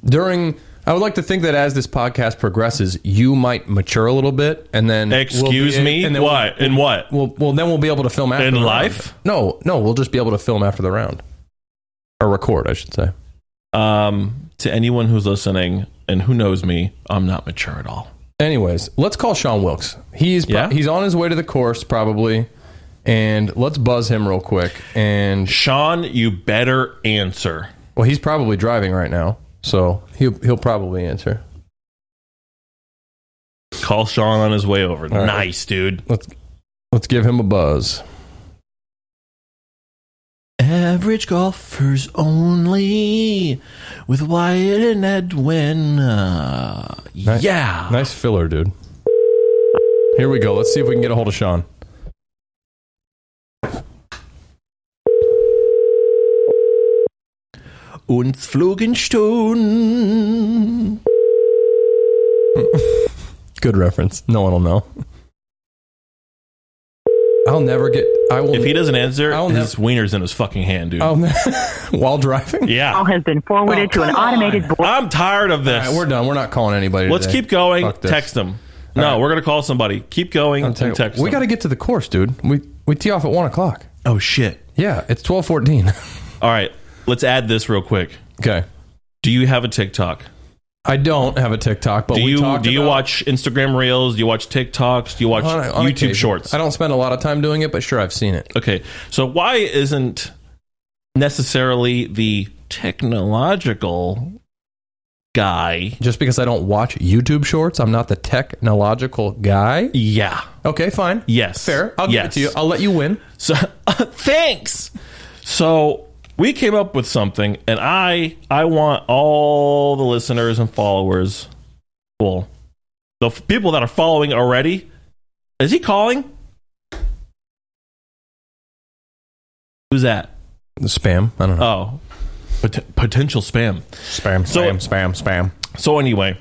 [SPEAKER 2] during I would like to think that as this podcast progresses, you might mature a little bit, and then we'll
[SPEAKER 1] Excuse
[SPEAKER 2] be-
[SPEAKER 1] me,
[SPEAKER 2] and then
[SPEAKER 1] what in what?
[SPEAKER 2] We'll, we'll well then we'll be able to film after
[SPEAKER 1] In
[SPEAKER 2] the round.
[SPEAKER 1] life?
[SPEAKER 2] No, no, we'll just be able to film after the round or record, I should say.
[SPEAKER 1] Um, to anyone who's listening and who knows me, I'm not mature at all.
[SPEAKER 2] Anyways, let's call Sean Wilkes. He's pro-
[SPEAKER 1] Yeah?
[SPEAKER 2] he's on his way to the course probably, and let's buzz him real quick. And
[SPEAKER 1] Sean, you better answer.
[SPEAKER 2] well, he's probably driving right now, so he'll he'll probably answer.
[SPEAKER 1] Call Sean on his way over.
[SPEAKER 2] right.
[SPEAKER 1] Nice, dude.
[SPEAKER 2] Let's let's give him a buzz.
[SPEAKER 1] Average golfers only with Wyatt and Edwin. Uh,
[SPEAKER 2] Nice.
[SPEAKER 1] Yeah.
[SPEAKER 2] Nice filler, dude. Here we go. Let's see if we can get a hold of Sean.
[SPEAKER 1] Uns flogen Stunden.
[SPEAKER 2] Good reference. No one will know. I'll never get. I Oh. will.
[SPEAKER 1] If he doesn't answer,
[SPEAKER 2] I'll
[SPEAKER 1] his wiener's in his fucking hand, dude.
[SPEAKER 2] I'll ne- while driving.
[SPEAKER 1] Yeah.
[SPEAKER 4] call has been forwarded
[SPEAKER 2] Oh,
[SPEAKER 4] to an
[SPEAKER 2] come on.
[SPEAKER 4] automated voice.
[SPEAKER 1] I'm tired of
[SPEAKER 2] All
[SPEAKER 1] this.
[SPEAKER 2] right, we're done. We're not calling anybody.
[SPEAKER 1] Let's
[SPEAKER 2] today.
[SPEAKER 1] keep going.
[SPEAKER 2] Fuck this.
[SPEAKER 1] Text him. No,
[SPEAKER 2] right.
[SPEAKER 1] we're going to call somebody. Keep going
[SPEAKER 2] I'll tell
[SPEAKER 1] and
[SPEAKER 2] you-
[SPEAKER 1] text
[SPEAKER 2] we got
[SPEAKER 1] them.
[SPEAKER 2] to get to the course, dude. We we tee off at one o'clock.
[SPEAKER 1] Oh, shit.
[SPEAKER 2] Yeah, it's twelve fourteen.
[SPEAKER 1] All right. Let's add this real quick.
[SPEAKER 2] okay.
[SPEAKER 1] Do you have a TikTok?
[SPEAKER 2] I don't have a TikTok, but
[SPEAKER 1] Do
[SPEAKER 2] we
[SPEAKER 1] you
[SPEAKER 2] talked
[SPEAKER 1] do you
[SPEAKER 2] about-
[SPEAKER 1] watch Instagram Reels? Do you watch TikToks? Do you watch
[SPEAKER 2] on- on
[SPEAKER 1] YouTube
[SPEAKER 2] occasion.
[SPEAKER 1] Shorts?
[SPEAKER 2] I don't spend a lot of time doing it, but sure, I've seen it.
[SPEAKER 1] Okay, so why isn't necessarily the technological guy?
[SPEAKER 2] Just because I don't watch YouTube shorts, I'm not the technological guy.
[SPEAKER 1] Yeah.
[SPEAKER 2] Okay, fine.
[SPEAKER 1] Yes.
[SPEAKER 2] Fair. I'll
[SPEAKER 1] yes.
[SPEAKER 2] give it to you. I'll let you win.
[SPEAKER 1] So thanks. So we came up with something, and I I want all the listeners and followers, well, the f- people that are following already. Is he calling? Who's that?
[SPEAKER 2] Spam. I don't know.
[SPEAKER 1] Oh, pot- potential spam.
[SPEAKER 2] spam,
[SPEAKER 1] so-
[SPEAKER 2] spam, spam.
[SPEAKER 1] So anyway,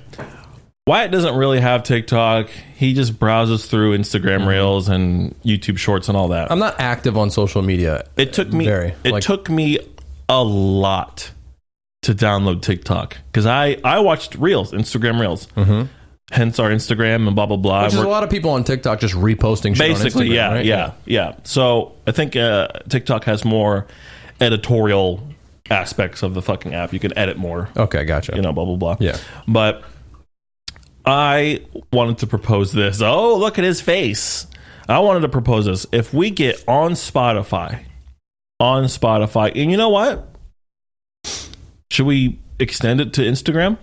[SPEAKER 1] Wyatt doesn't really have TikTok. He just browses through Instagram Reels and YouTube Shorts and all that.
[SPEAKER 2] Mm-hmm. I'm not active on social media.
[SPEAKER 1] It took me.
[SPEAKER 2] Very.
[SPEAKER 1] It
[SPEAKER 2] Like-
[SPEAKER 1] took me a lot to download TikTok because I I watched Reels, Instagram Reels, mm-hmm. hence our Instagram and blah blah blah.
[SPEAKER 2] Which is
[SPEAKER 1] We're-
[SPEAKER 2] a lot of people on TikTok just reposting shit on
[SPEAKER 1] basically,
[SPEAKER 2] Instagram,
[SPEAKER 1] yeah,
[SPEAKER 2] right?
[SPEAKER 1] yeah, yeah, So I think uh, TikTok has more editorial aspects of the fucking app. You can edit more,
[SPEAKER 2] Okay, gotcha.
[SPEAKER 1] you know, blah blah blah.
[SPEAKER 2] Yeah.
[SPEAKER 1] but I wanted to propose this. Oh, look at his face. I wanted to propose this. If we get on Spotify, on Spotify, and you know what? Should we extend it to Instagram?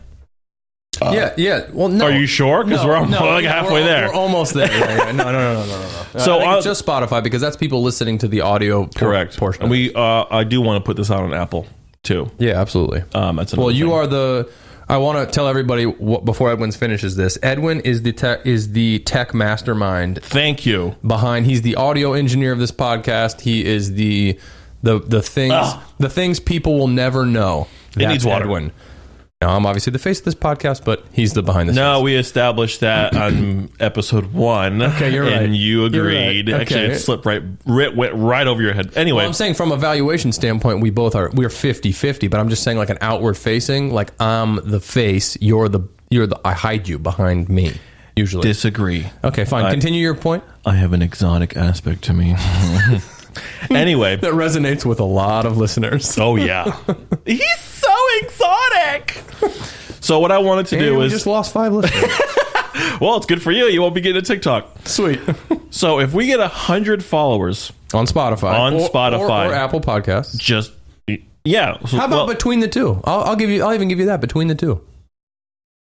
[SPEAKER 2] yeah, yeah. Well, no.
[SPEAKER 1] uh, Are you sure? Because
[SPEAKER 2] No,
[SPEAKER 1] we're, al-
[SPEAKER 2] no,
[SPEAKER 1] like
[SPEAKER 2] yeah,
[SPEAKER 1] halfway
[SPEAKER 2] we're,
[SPEAKER 1] there.
[SPEAKER 2] We're almost there. Yeah, yeah. No, no, no, no, no, no.
[SPEAKER 1] So uh,
[SPEAKER 2] I think
[SPEAKER 1] I'll-
[SPEAKER 2] it's just Spotify because that's people listening to the audio por-
[SPEAKER 1] Correct.
[SPEAKER 2] portion.
[SPEAKER 1] And we, uh, I do want to put this out on Apple too.
[SPEAKER 2] yeah, absolutely.
[SPEAKER 1] Um, that's
[SPEAKER 2] Well, you are the. I want to tell everybody what, before Edwin finishes this. Edwin is the tech is the tech mastermind
[SPEAKER 1] Thank you.
[SPEAKER 2] behind. He's the audio engineer of this podcast. He is the the the things
[SPEAKER 1] Ugh.
[SPEAKER 2] the things people will never know. That's
[SPEAKER 1] Ah. needs water.
[SPEAKER 2] Edwin. Now I'm obviously the face of this podcast, but he's the behind the
[SPEAKER 1] No,
[SPEAKER 2] scenes.
[SPEAKER 1] we established that on episode one. Okay,
[SPEAKER 2] you're right.
[SPEAKER 1] And you
[SPEAKER 2] You're right.
[SPEAKER 1] agreed. Actually,
[SPEAKER 2] Okay.
[SPEAKER 1] it slipped right, writ- went right over your head. Anyway,
[SPEAKER 2] Well, I'm saying from a valuation standpoint, we both are we're 50-50, but I'm just saying like an outward facing, like I'm the face, you're the you're the I hide you behind me usually.
[SPEAKER 1] disagree.
[SPEAKER 2] okay, fine. Continue your point.
[SPEAKER 1] I have an exotic aspect to me. anyway,
[SPEAKER 2] That resonates with a lot of listeners.
[SPEAKER 1] oh yeah, he's so exotic. So what I wanted to do
[SPEAKER 2] we
[SPEAKER 1] is
[SPEAKER 2] just lost five listeners.
[SPEAKER 1] well, it's good for you. You won't be getting a TikTok.
[SPEAKER 2] Sweet.
[SPEAKER 1] So if we get a hundred followers,
[SPEAKER 2] On Spotify.
[SPEAKER 1] On
[SPEAKER 2] Or-
[SPEAKER 1] Spotify.
[SPEAKER 2] Or, or Apple Podcasts.
[SPEAKER 1] just yeah. So-
[SPEAKER 2] How about
[SPEAKER 1] well,
[SPEAKER 2] between the two? I'll, I'll give you. I'll even give you that between the two.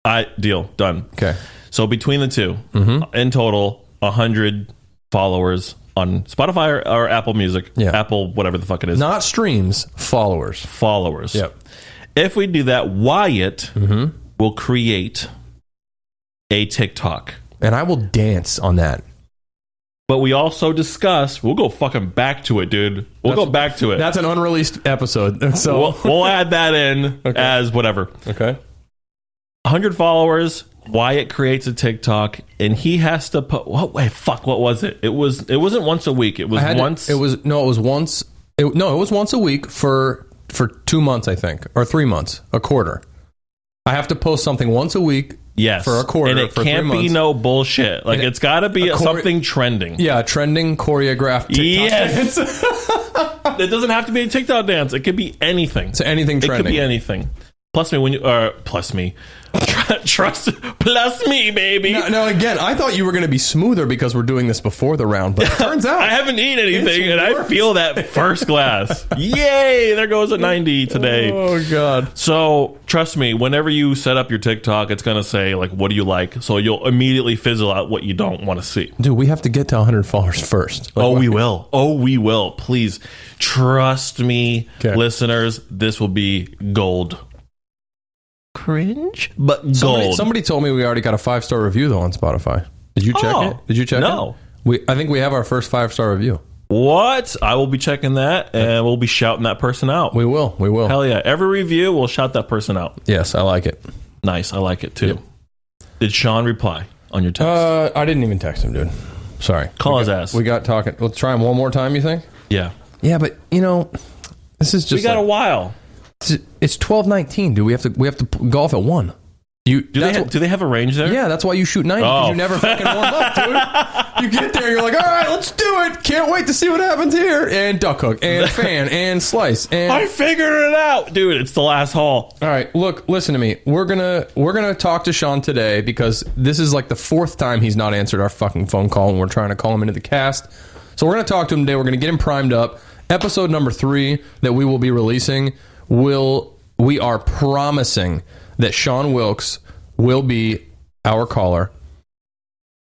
[SPEAKER 1] I deal done.
[SPEAKER 2] Okay.
[SPEAKER 1] So between the 2
[SPEAKER 2] Mm-hmm.
[SPEAKER 1] in total, hundred followers on Spotify or, or Apple Music,
[SPEAKER 2] Yeah.
[SPEAKER 1] Apple whatever the fuck it is,
[SPEAKER 2] Not streams, followers.
[SPEAKER 1] followers. If we do that, Wyatt
[SPEAKER 2] Mm-hmm.
[SPEAKER 1] will create a TikTok.
[SPEAKER 2] And I will dance on that.
[SPEAKER 1] But we also discuss. We'll go fucking back to it, dude. We'll go back to it.
[SPEAKER 2] That's an unreleased episode. So
[SPEAKER 1] we'll, we'll add that in
[SPEAKER 2] Okay.
[SPEAKER 1] as whatever.
[SPEAKER 2] okay.
[SPEAKER 1] 100 followers. Wyatt creates a TikTok, and he has to put. What? Wait, fuck. What was it? It was. It wasn't once a week. It was
[SPEAKER 2] I had to-
[SPEAKER 1] once.
[SPEAKER 2] it was no. It was once. It, no, it was once a week for for two months, I think, or three months, a quarter. I have to post something once a week.
[SPEAKER 1] Yes,
[SPEAKER 2] for a quarter,
[SPEAKER 1] and it
[SPEAKER 2] for three
[SPEAKER 1] can't be
[SPEAKER 2] months.
[SPEAKER 1] no bullshit. Like
[SPEAKER 2] it-
[SPEAKER 1] it's got to be
[SPEAKER 2] a quarter-
[SPEAKER 1] something trending.
[SPEAKER 2] Yeah, trending choreographed. TikTok
[SPEAKER 1] Yes.
[SPEAKER 2] dance.
[SPEAKER 1] It doesn't have to be a TikTok dance. It could be anything.
[SPEAKER 2] so anything
[SPEAKER 1] it could
[SPEAKER 2] trending.
[SPEAKER 1] be anything. Plus me when you uh, plus me, Tr- trust plus me, baby.
[SPEAKER 2] now, now again, I thought you were going to be smoother because we're doing this before the round, but it turns out
[SPEAKER 1] I haven't eaten anything,
[SPEAKER 2] It's
[SPEAKER 1] and I
[SPEAKER 2] worse.
[SPEAKER 1] feel that first glass. Yay! There goes a ninety today.
[SPEAKER 2] Oh God!
[SPEAKER 1] So trust me, whenever you set up your TikTok, it's gonna say like, "What do you like?" So you'll immediately fizzle out what you don't want to see.
[SPEAKER 2] Dude, we have to get to 100 followers first. Like,
[SPEAKER 1] Oh, we will. Oh, we will. Please trust me,
[SPEAKER 2] 'Kay.
[SPEAKER 1] listeners. This will be gold. Cringe, but gold.
[SPEAKER 2] somebody, somebody told me we already got a five star review though on Spotify. Did you check
[SPEAKER 1] Oh,
[SPEAKER 2] it? Did you check it?
[SPEAKER 1] no.
[SPEAKER 2] We I think we have our first five star review.
[SPEAKER 1] what? I will be checking that, and we'll be shouting that person out.
[SPEAKER 2] We will. We will.
[SPEAKER 1] Hell yeah! Every review, we'll shout that person out.
[SPEAKER 2] Yes, I like it.
[SPEAKER 1] Nice. I like it too. Did Sean reply on your text?
[SPEAKER 2] Uh, I didn't even text him, dude. Sorry.
[SPEAKER 1] Call his ass.
[SPEAKER 2] We got talking. Let's try him one more time. You think?
[SPEAKER 1] yeah,
[SPEAKER 2] Yeah, but you know, this is
[SPEAKER 1] we
[SPEAKER 2] just
[SPEAKER 1] got a while.
[SPEAKER 2] like- it's 12:19, dude. We have to we have to p- golf at one. You
[SPEAKER 1] Do they
[SPEAKER 2] that's
[SPEAKER 1] ha-
[SPEAKER 2] what-
[SPEAKER 1] do they have a range there?
[SPEAKER 2] Yeah, that's why you shoot 90 because
[SPEAKER 1] Oh.
[SPEAKER 2] you never fucking warm up, dude. You get there, you're like, all right, let's do it. Can't wait to see what happens here. And duck hook, and fan, and slice, and
[SPEAKER 1] I figured it out, dude. It's the last hole.
[SPEAKER 2] all right. Look, listen to me. We're gonna we're gonna talk to Sean today because this is like the fourth time he's not answered our fucking phone call, and we're trying to call him into the cast. So we're gonna talk to him today. We're gonna get him primed up. Episode number three that we will be releasing will we are promising that Sean Wilkes will be our caller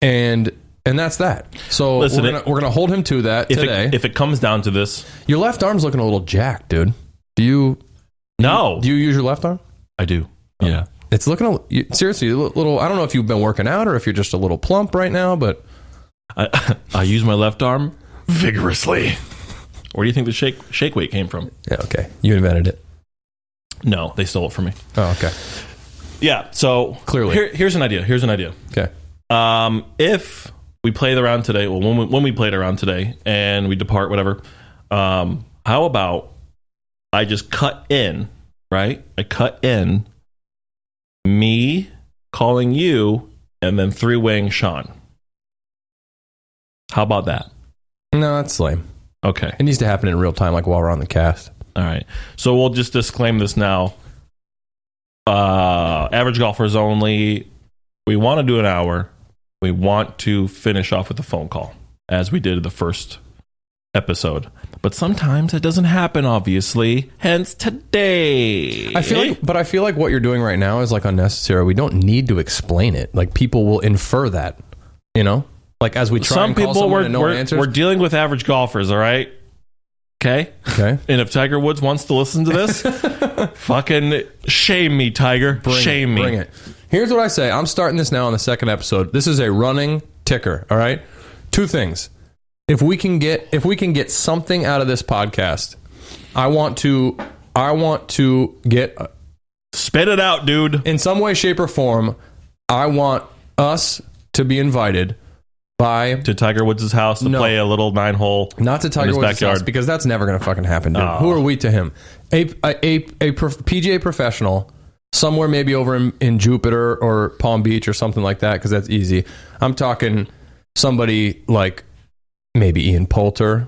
[SPEAKER 2] and. And that's that. So
[SPEAKER 1] Listen,
[SPEAKER 2] we're, gonna, we're gonna hold him to that
[SPEAKER 1] If
[SPEAKER 2] today.
[SPEAKER 1] it, if it comes down to this,
[SPEAKER 2] your left arm's looking a little jacked, dude. Do you
[SPEAKER 1] no,
[SPEAKER 2] do you use your left arm?
[SPEAKER 1] I do. Yeah.
[SPEAKER 2] It's looking a you- seriously a li- little. I don't know if you've been working out or if you're just a little plump right now, but
[SPEAKER 1] I, I use my left arm vigorously. Where do you think the shake shake weight came from?
[SPEAKER 2] yeah, okay. You invented it.
[SPEAKER 1] No, they stole it from me.
[SPEAKER 2] Oh, okay.
[SPEAKER 1] yeah. So
[SPEAKER 2] Clearly.
[SPEAKER 1] here, here's an idea. Here's an idea.
[SPEAKER 2] Okay.
[SPEAKER 1] Um, if we play the round today, well, when we, when we played around today and we depart, whatever, um, how about I just cut in, right? I cut in me calling you and then three weighing Sean. How about that?
[SPEAKER 2] No, that's lame.
[SPEAKER 1] Okay.
[SPEAKER 2] It needs to happen in real time, like while we're on the cast.
[SPEAKER 1] All right. So we'll just disclaim this now. Uh, average golfers only. We want to do an hour. We want to finish off with a phone call, as we did the first episode. But sometimes it doesn't happen, obviously. Hence today.
[SPEAKER 2] I feel like, but I feel like what you're doing right now is like unnecessary. We don't need to explain it. Like people will infer that, you know. Like as we try
[SPEAKER 1] some
[SPEAKER 2] and call
[SPEAKER 1] people
[SPEAKER 2] someone
[SPEAKER 1] were,
[SPEAKER 2] and no
[SPEAKER 1] were,
[SPEAKER 2] one answers.
[SPEAKER 1] we're dealing with average golfers. All right. Okay.
[SPEAKER 2] okay.
[SPEAKER 1] And if Tiger Woods wants to listen to this, fucking shame me, Tiger.
[SPEAKER 2] Bring
[SPEAKER 1] shame
[SPEAKER 2] it,
[SPEAKER 1] me.
[SPEAKER 2] Bring it. Here's what I say. I'm starting this now on the second episode. This is a running ticker. All right. Two things. If we can get if we can get something out of this podcast, I want to I want to get
[SPEAKER 1] Spit it out, dude.
[SPEAKER 2] in some way, shape, or form. I want us to be invited by
[SPEAKER 1] to Tiger Woods' house to
[SPEAKER 2] No.
[SPEAKER 1] play a little nine hole.
[SPEAKER 2] Not to Tiger
[SPEAKER 1] his
[SPEAKER 2] Woods'
[SPEAKER 1] backyard. Oh.
[SPEAKER 2] house because that's never going to fucking happen. Dude. Who are we to him? A a a, a prof- PGA professional somewhere, maybe over in, in Jupiter or Palm Beach or something like that, because that's easy. I'm talking somebody like maybe Ian Poulter,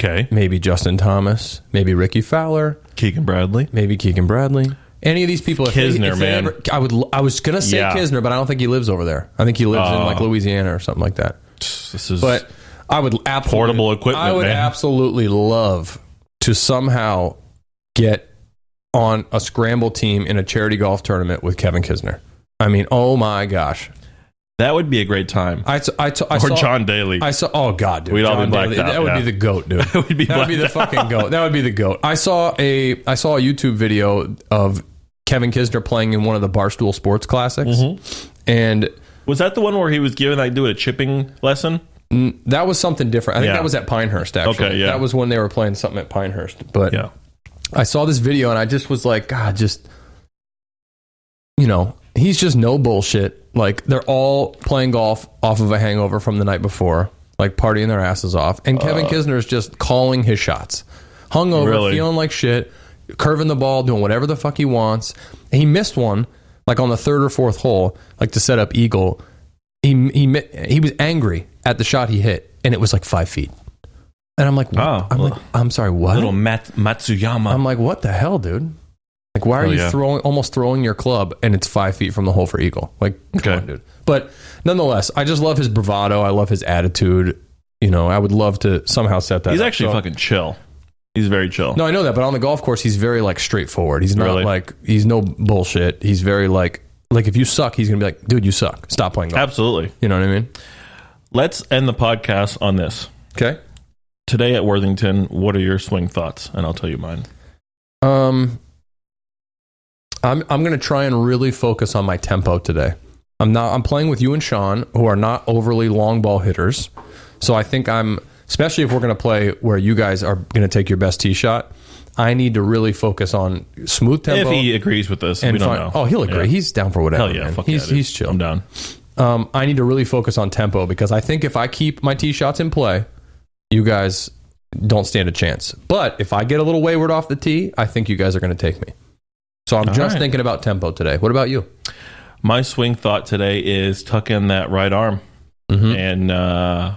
[SPEAKER 1] Okay.
[SPEAKER 2] maybe Justin Thomas, maybe Ricky Fowler,
[SPEAKER 1] Keegan Bradley.
[SPEAKER 2] maybe Keegan Bradley. Any of these people, if they- if
[SPEAKER 1] Kisner,
[SPEAKER 2] they
[SPEAKER 1] man.
[SPEAKER 2] ever- I would. l- I was gonna say
[SPEAKER 1] Yeah.
[SPEAKER 2] Kisner, but I don't think he lives over there. I think he lives in
[SPEAKER 1] Oh.
[SPEAKER 2] like Louisiana or something like that.
[SPEAKER 1] This is
[SPEAKER 2] But I would absolutely
[SPEAKER 1] Portable equipment,
[SPEAKER 2] I would
[SPEAKER 1] man.
[SPEAKER 2] absolutely love to somehow get on a scramble team in a charity golf tournament with Kevin Kisner. I mean, oh my gosh!
[SPEAKER 1] that would be a great time.
[SPEAKER 2] I I I
[SPEAKER 1] or
[SPEAKER 2] saw,
[SPEAKER 1] John Daly.
[SPEAKER 2] I saw. Oh god, dude!
[SPEAKER 1] We'd all be
[SPEAKER 2] John
[SPEAKER 1] blacked
[SPEAKER 2] Daly,
[SPEAKER 1] out,
[SPEAKER 2] That would
[SPEAKER 1] yeah.
[SPEAKER 2] be the goat, dude. that
[SPEAKER 1] would be
[SPEAKER 2] that would be the
[SPEAKER 1] blacked
[SPEAKER 2] fucking goat. That would be the goat. I saw a I saw a YouTube video of Kevin Kisner playing in one of the Barstool Sports Classics,
[SPEAKER 1] Mm-hmm.
[SPEAKER 2] and
[SPEAKER 1] was that the one where he was given like do a chipping lesson?
[SPEAKER 2] that was something different. I think
[SPEAKER 1] Yeah.
[SPEAKER 2] that was at Pinehurst. Actually,
[SPEAKER 1] Okay, yeah.
[SPEAKER 2] that was when they were playing something at Pinehurst. But I saw this video and I just was like, God, just you know, he's just no bullshit. Like they're all playing golf off of a hangover from the night before, like partying their asses off, and Kevin Kisner is just calling his shots, hungover,
[SPEAKER 1] Uh. Really?
[SPEAKER 2] feeling like shit, curving the ball, doing whatever the fuck he wants. And he missed one, like on the third or fourth hole, like to set up eagle. He he mi- he was angry at the shot he hit, and it was like five feet. And I'm like, what?
[SPEAKER 1] Oh,
[SPEAKER 2] I'm
[SPEAKER 1] well,
[SPEAKER 2] like, I'm sorry, what?
[SPEAKER 1] Little Mat- Matsuyama.
[SPEAKER 2] I'm like, what the hell, dude? Like, why are
[SPEAKER 1] Oh,
[SPEAKER 2] you
[SPEAKER 1] yeah.
[SPEAKER 2] throwing almost throwing your club and it's five feet from the hole for eagle? Like, come
[SPEAKER 1] Okay.
[SPEAKER 2] on, dude. But nonetheless, I just love his bravado. I love his attitude. You know, I would love to somehow set that.
[SPEAKER 1] he's
[SPEAKER 2] up.
[SPEAKER 1] actually
[SPEAKER 2] So-
[SPEAKER 1] fucking chill. He's very chill.
[SPEAKER 2] No, I know that, but on the golf course, he's very like straightforward. He's not
[SPEAKER 1] Really?
[SPEAKER 2] like he's no bullshit. He's very like like if you suck, he's gonna be like, dude, you suck. Stop playing golf.
[SPEAKER 1] Absolutely.
[SPEAKER 2] You know what I mean?
[SPEAKER 1] Let's end the podcast on this.
[SPEAKER 2] Okay.
[SPEAKER 1] Today at Worthington, what are your swing thoughts? And I'll tell you mine.
[SPEAKER 2] Um, I'm I'm gonna try and really focus on my tempo today. I'm not. I'm playing with you and Sean, who are not overly long ball hitters. So I think I'm, especially if we're gonna play where you guys are gonna take your best tee shot. I need to really focus on smooth tempo.
[SPEAKER 1] if he agrees with this, we don't
[SPEAKER 2] find-
[SPEAKER 1] know.
[SPEAKER 2] Oh, he'll agree.
[SPEAKER 1] Yeah.
[SPEAKER 2] He's down for whatever.
[SPEAKER 1] Hell yeah.
[SPEAKER 2] man.
[SPEAKER 1] Fuck yeah,
[SPEAKER 2] he's
[SPEAKER 1] dude.
[SPEAKER 2] he's chill
[SPEAKER 1] I'm down.
[SPEAKER 2] um, I need to really focus on tempo because I think if I keep my tee shots in play, you guys don't stand a chance. But if I get a little wayward off the tee, I think you guys are going to take me. So I'm
[SPEAKER 1] All
[SPEAKER 2] just
[SPEAKER 1] right.
[SPEAKER 2] thinking about tempo today. What about you?
[SPEAKER 1] My swing thought today is tuck in that right arm.
[SPEAKER 2] Mm-hmm.
[SPEAKER 1] and uh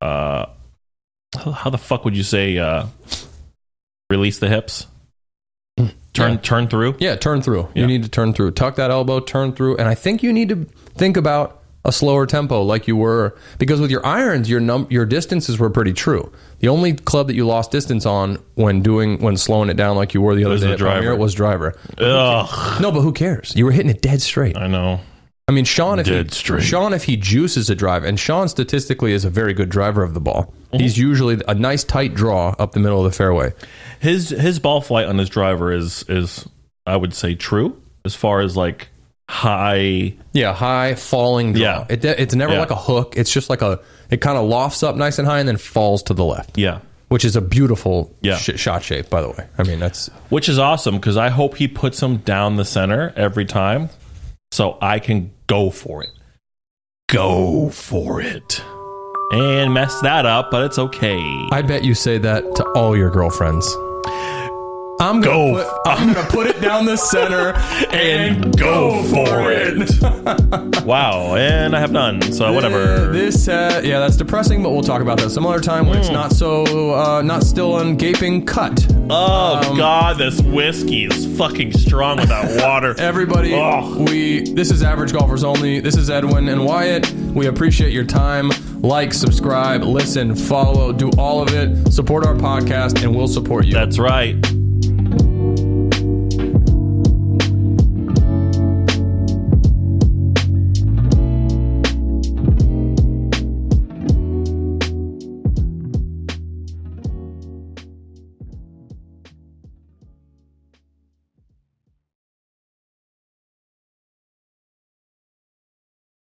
[SPEAKER 1] uh how- how the fuck would you say uh release the hips turn
[SPEAKER 2] Yeah.
[SPEAKER 1] turn through
[SPEAKER 2] Yeah, turn through.
[SPEAKER 1] Yeah.
[SPEAKER 2] You need to turn through. Tuck that elbow, turn through. And I think you need to think about a slower tempo like you were because with your irons your num- your distances were pretty true. The only club that you lost distance on when doing when slowing it down like you were the other
[SPEAKER 1] Was
[SPEAKER 2] day
[SPEAKER 1] the
[SPEAKER 2] at Palmyra
[SPEAKER 1] driver.
[SPEAKER 2] was driver.
[SPEAKER 1] Ugh,
[SPEAKER 2] No, but who cares? You were hitting it dead straight.
[SPEAKER 1] i know
[SPEAKER 2] I mean, Sean if
[SPEAKER 1] Dead
[SPEAKER 2] he,
[SPEAKER 1] straight.
[SPEAKER 2] Sean if he juices a drive, and Sean statistically is a very good driver of the ball. He's usually a nice tight draw up the middle of the fairway.
[SPEAKER 1] his his ball flight on his driver is is i would say true as far as like high
[SPEAKER 2] Yeah, high falling draw.
[SPEAKER 1] Yeah.
[SPEAKER 2] It, it's never
[SPEAKER 1] Yeah.
[SPEAKER 2] like a hook. It's just like a it kind of lofts up nice and high and then falls to the left,
[SPEAKER 1] yeah
[SPEAKER 2] which is a beautiful
[SPEAKER 1] Yeah.
[SPEAKER 2] sh- shot shape, by the way. I mean, that's
[SPEAKER 1] which is awesome because I hope he puts them down the center every time, so I can go for it. Go for it, and mess that up, but it's okay.
[SPEAKER 2] I bet you say that to all your girlfriends. I'm
[SPEAKER 1] Go.
[SPEAKER 2] gonna, Put, I'm gonna put it down the center and, go, for it.
[SPEAKER 1] wow, and I have none. So
[SPEAKER 2] Uh,
[SPEAKER 1] whatever.
[SPEAKER 2] This, uh, yeah, that's depressing, but we'll talk about that some other time when it's
[SPEAKER 1] Hmm.
[SPEAKER 2] not so, uh, not still on gaping cut.
[SPEAKER 1] oh God, this whiskey is fucking strong without water. Oh,
[SPEAKER 2] Everybody,
[SPEAKER 1] Ugh.
[SPEAKER 2] we this is average golfers only. This is Edwin and Wyatt. We appreciate your time. Like, subscribe, listen, follow, do all of it. Support our podcast, and we'll support you.
[SPEAKER 1] That's right.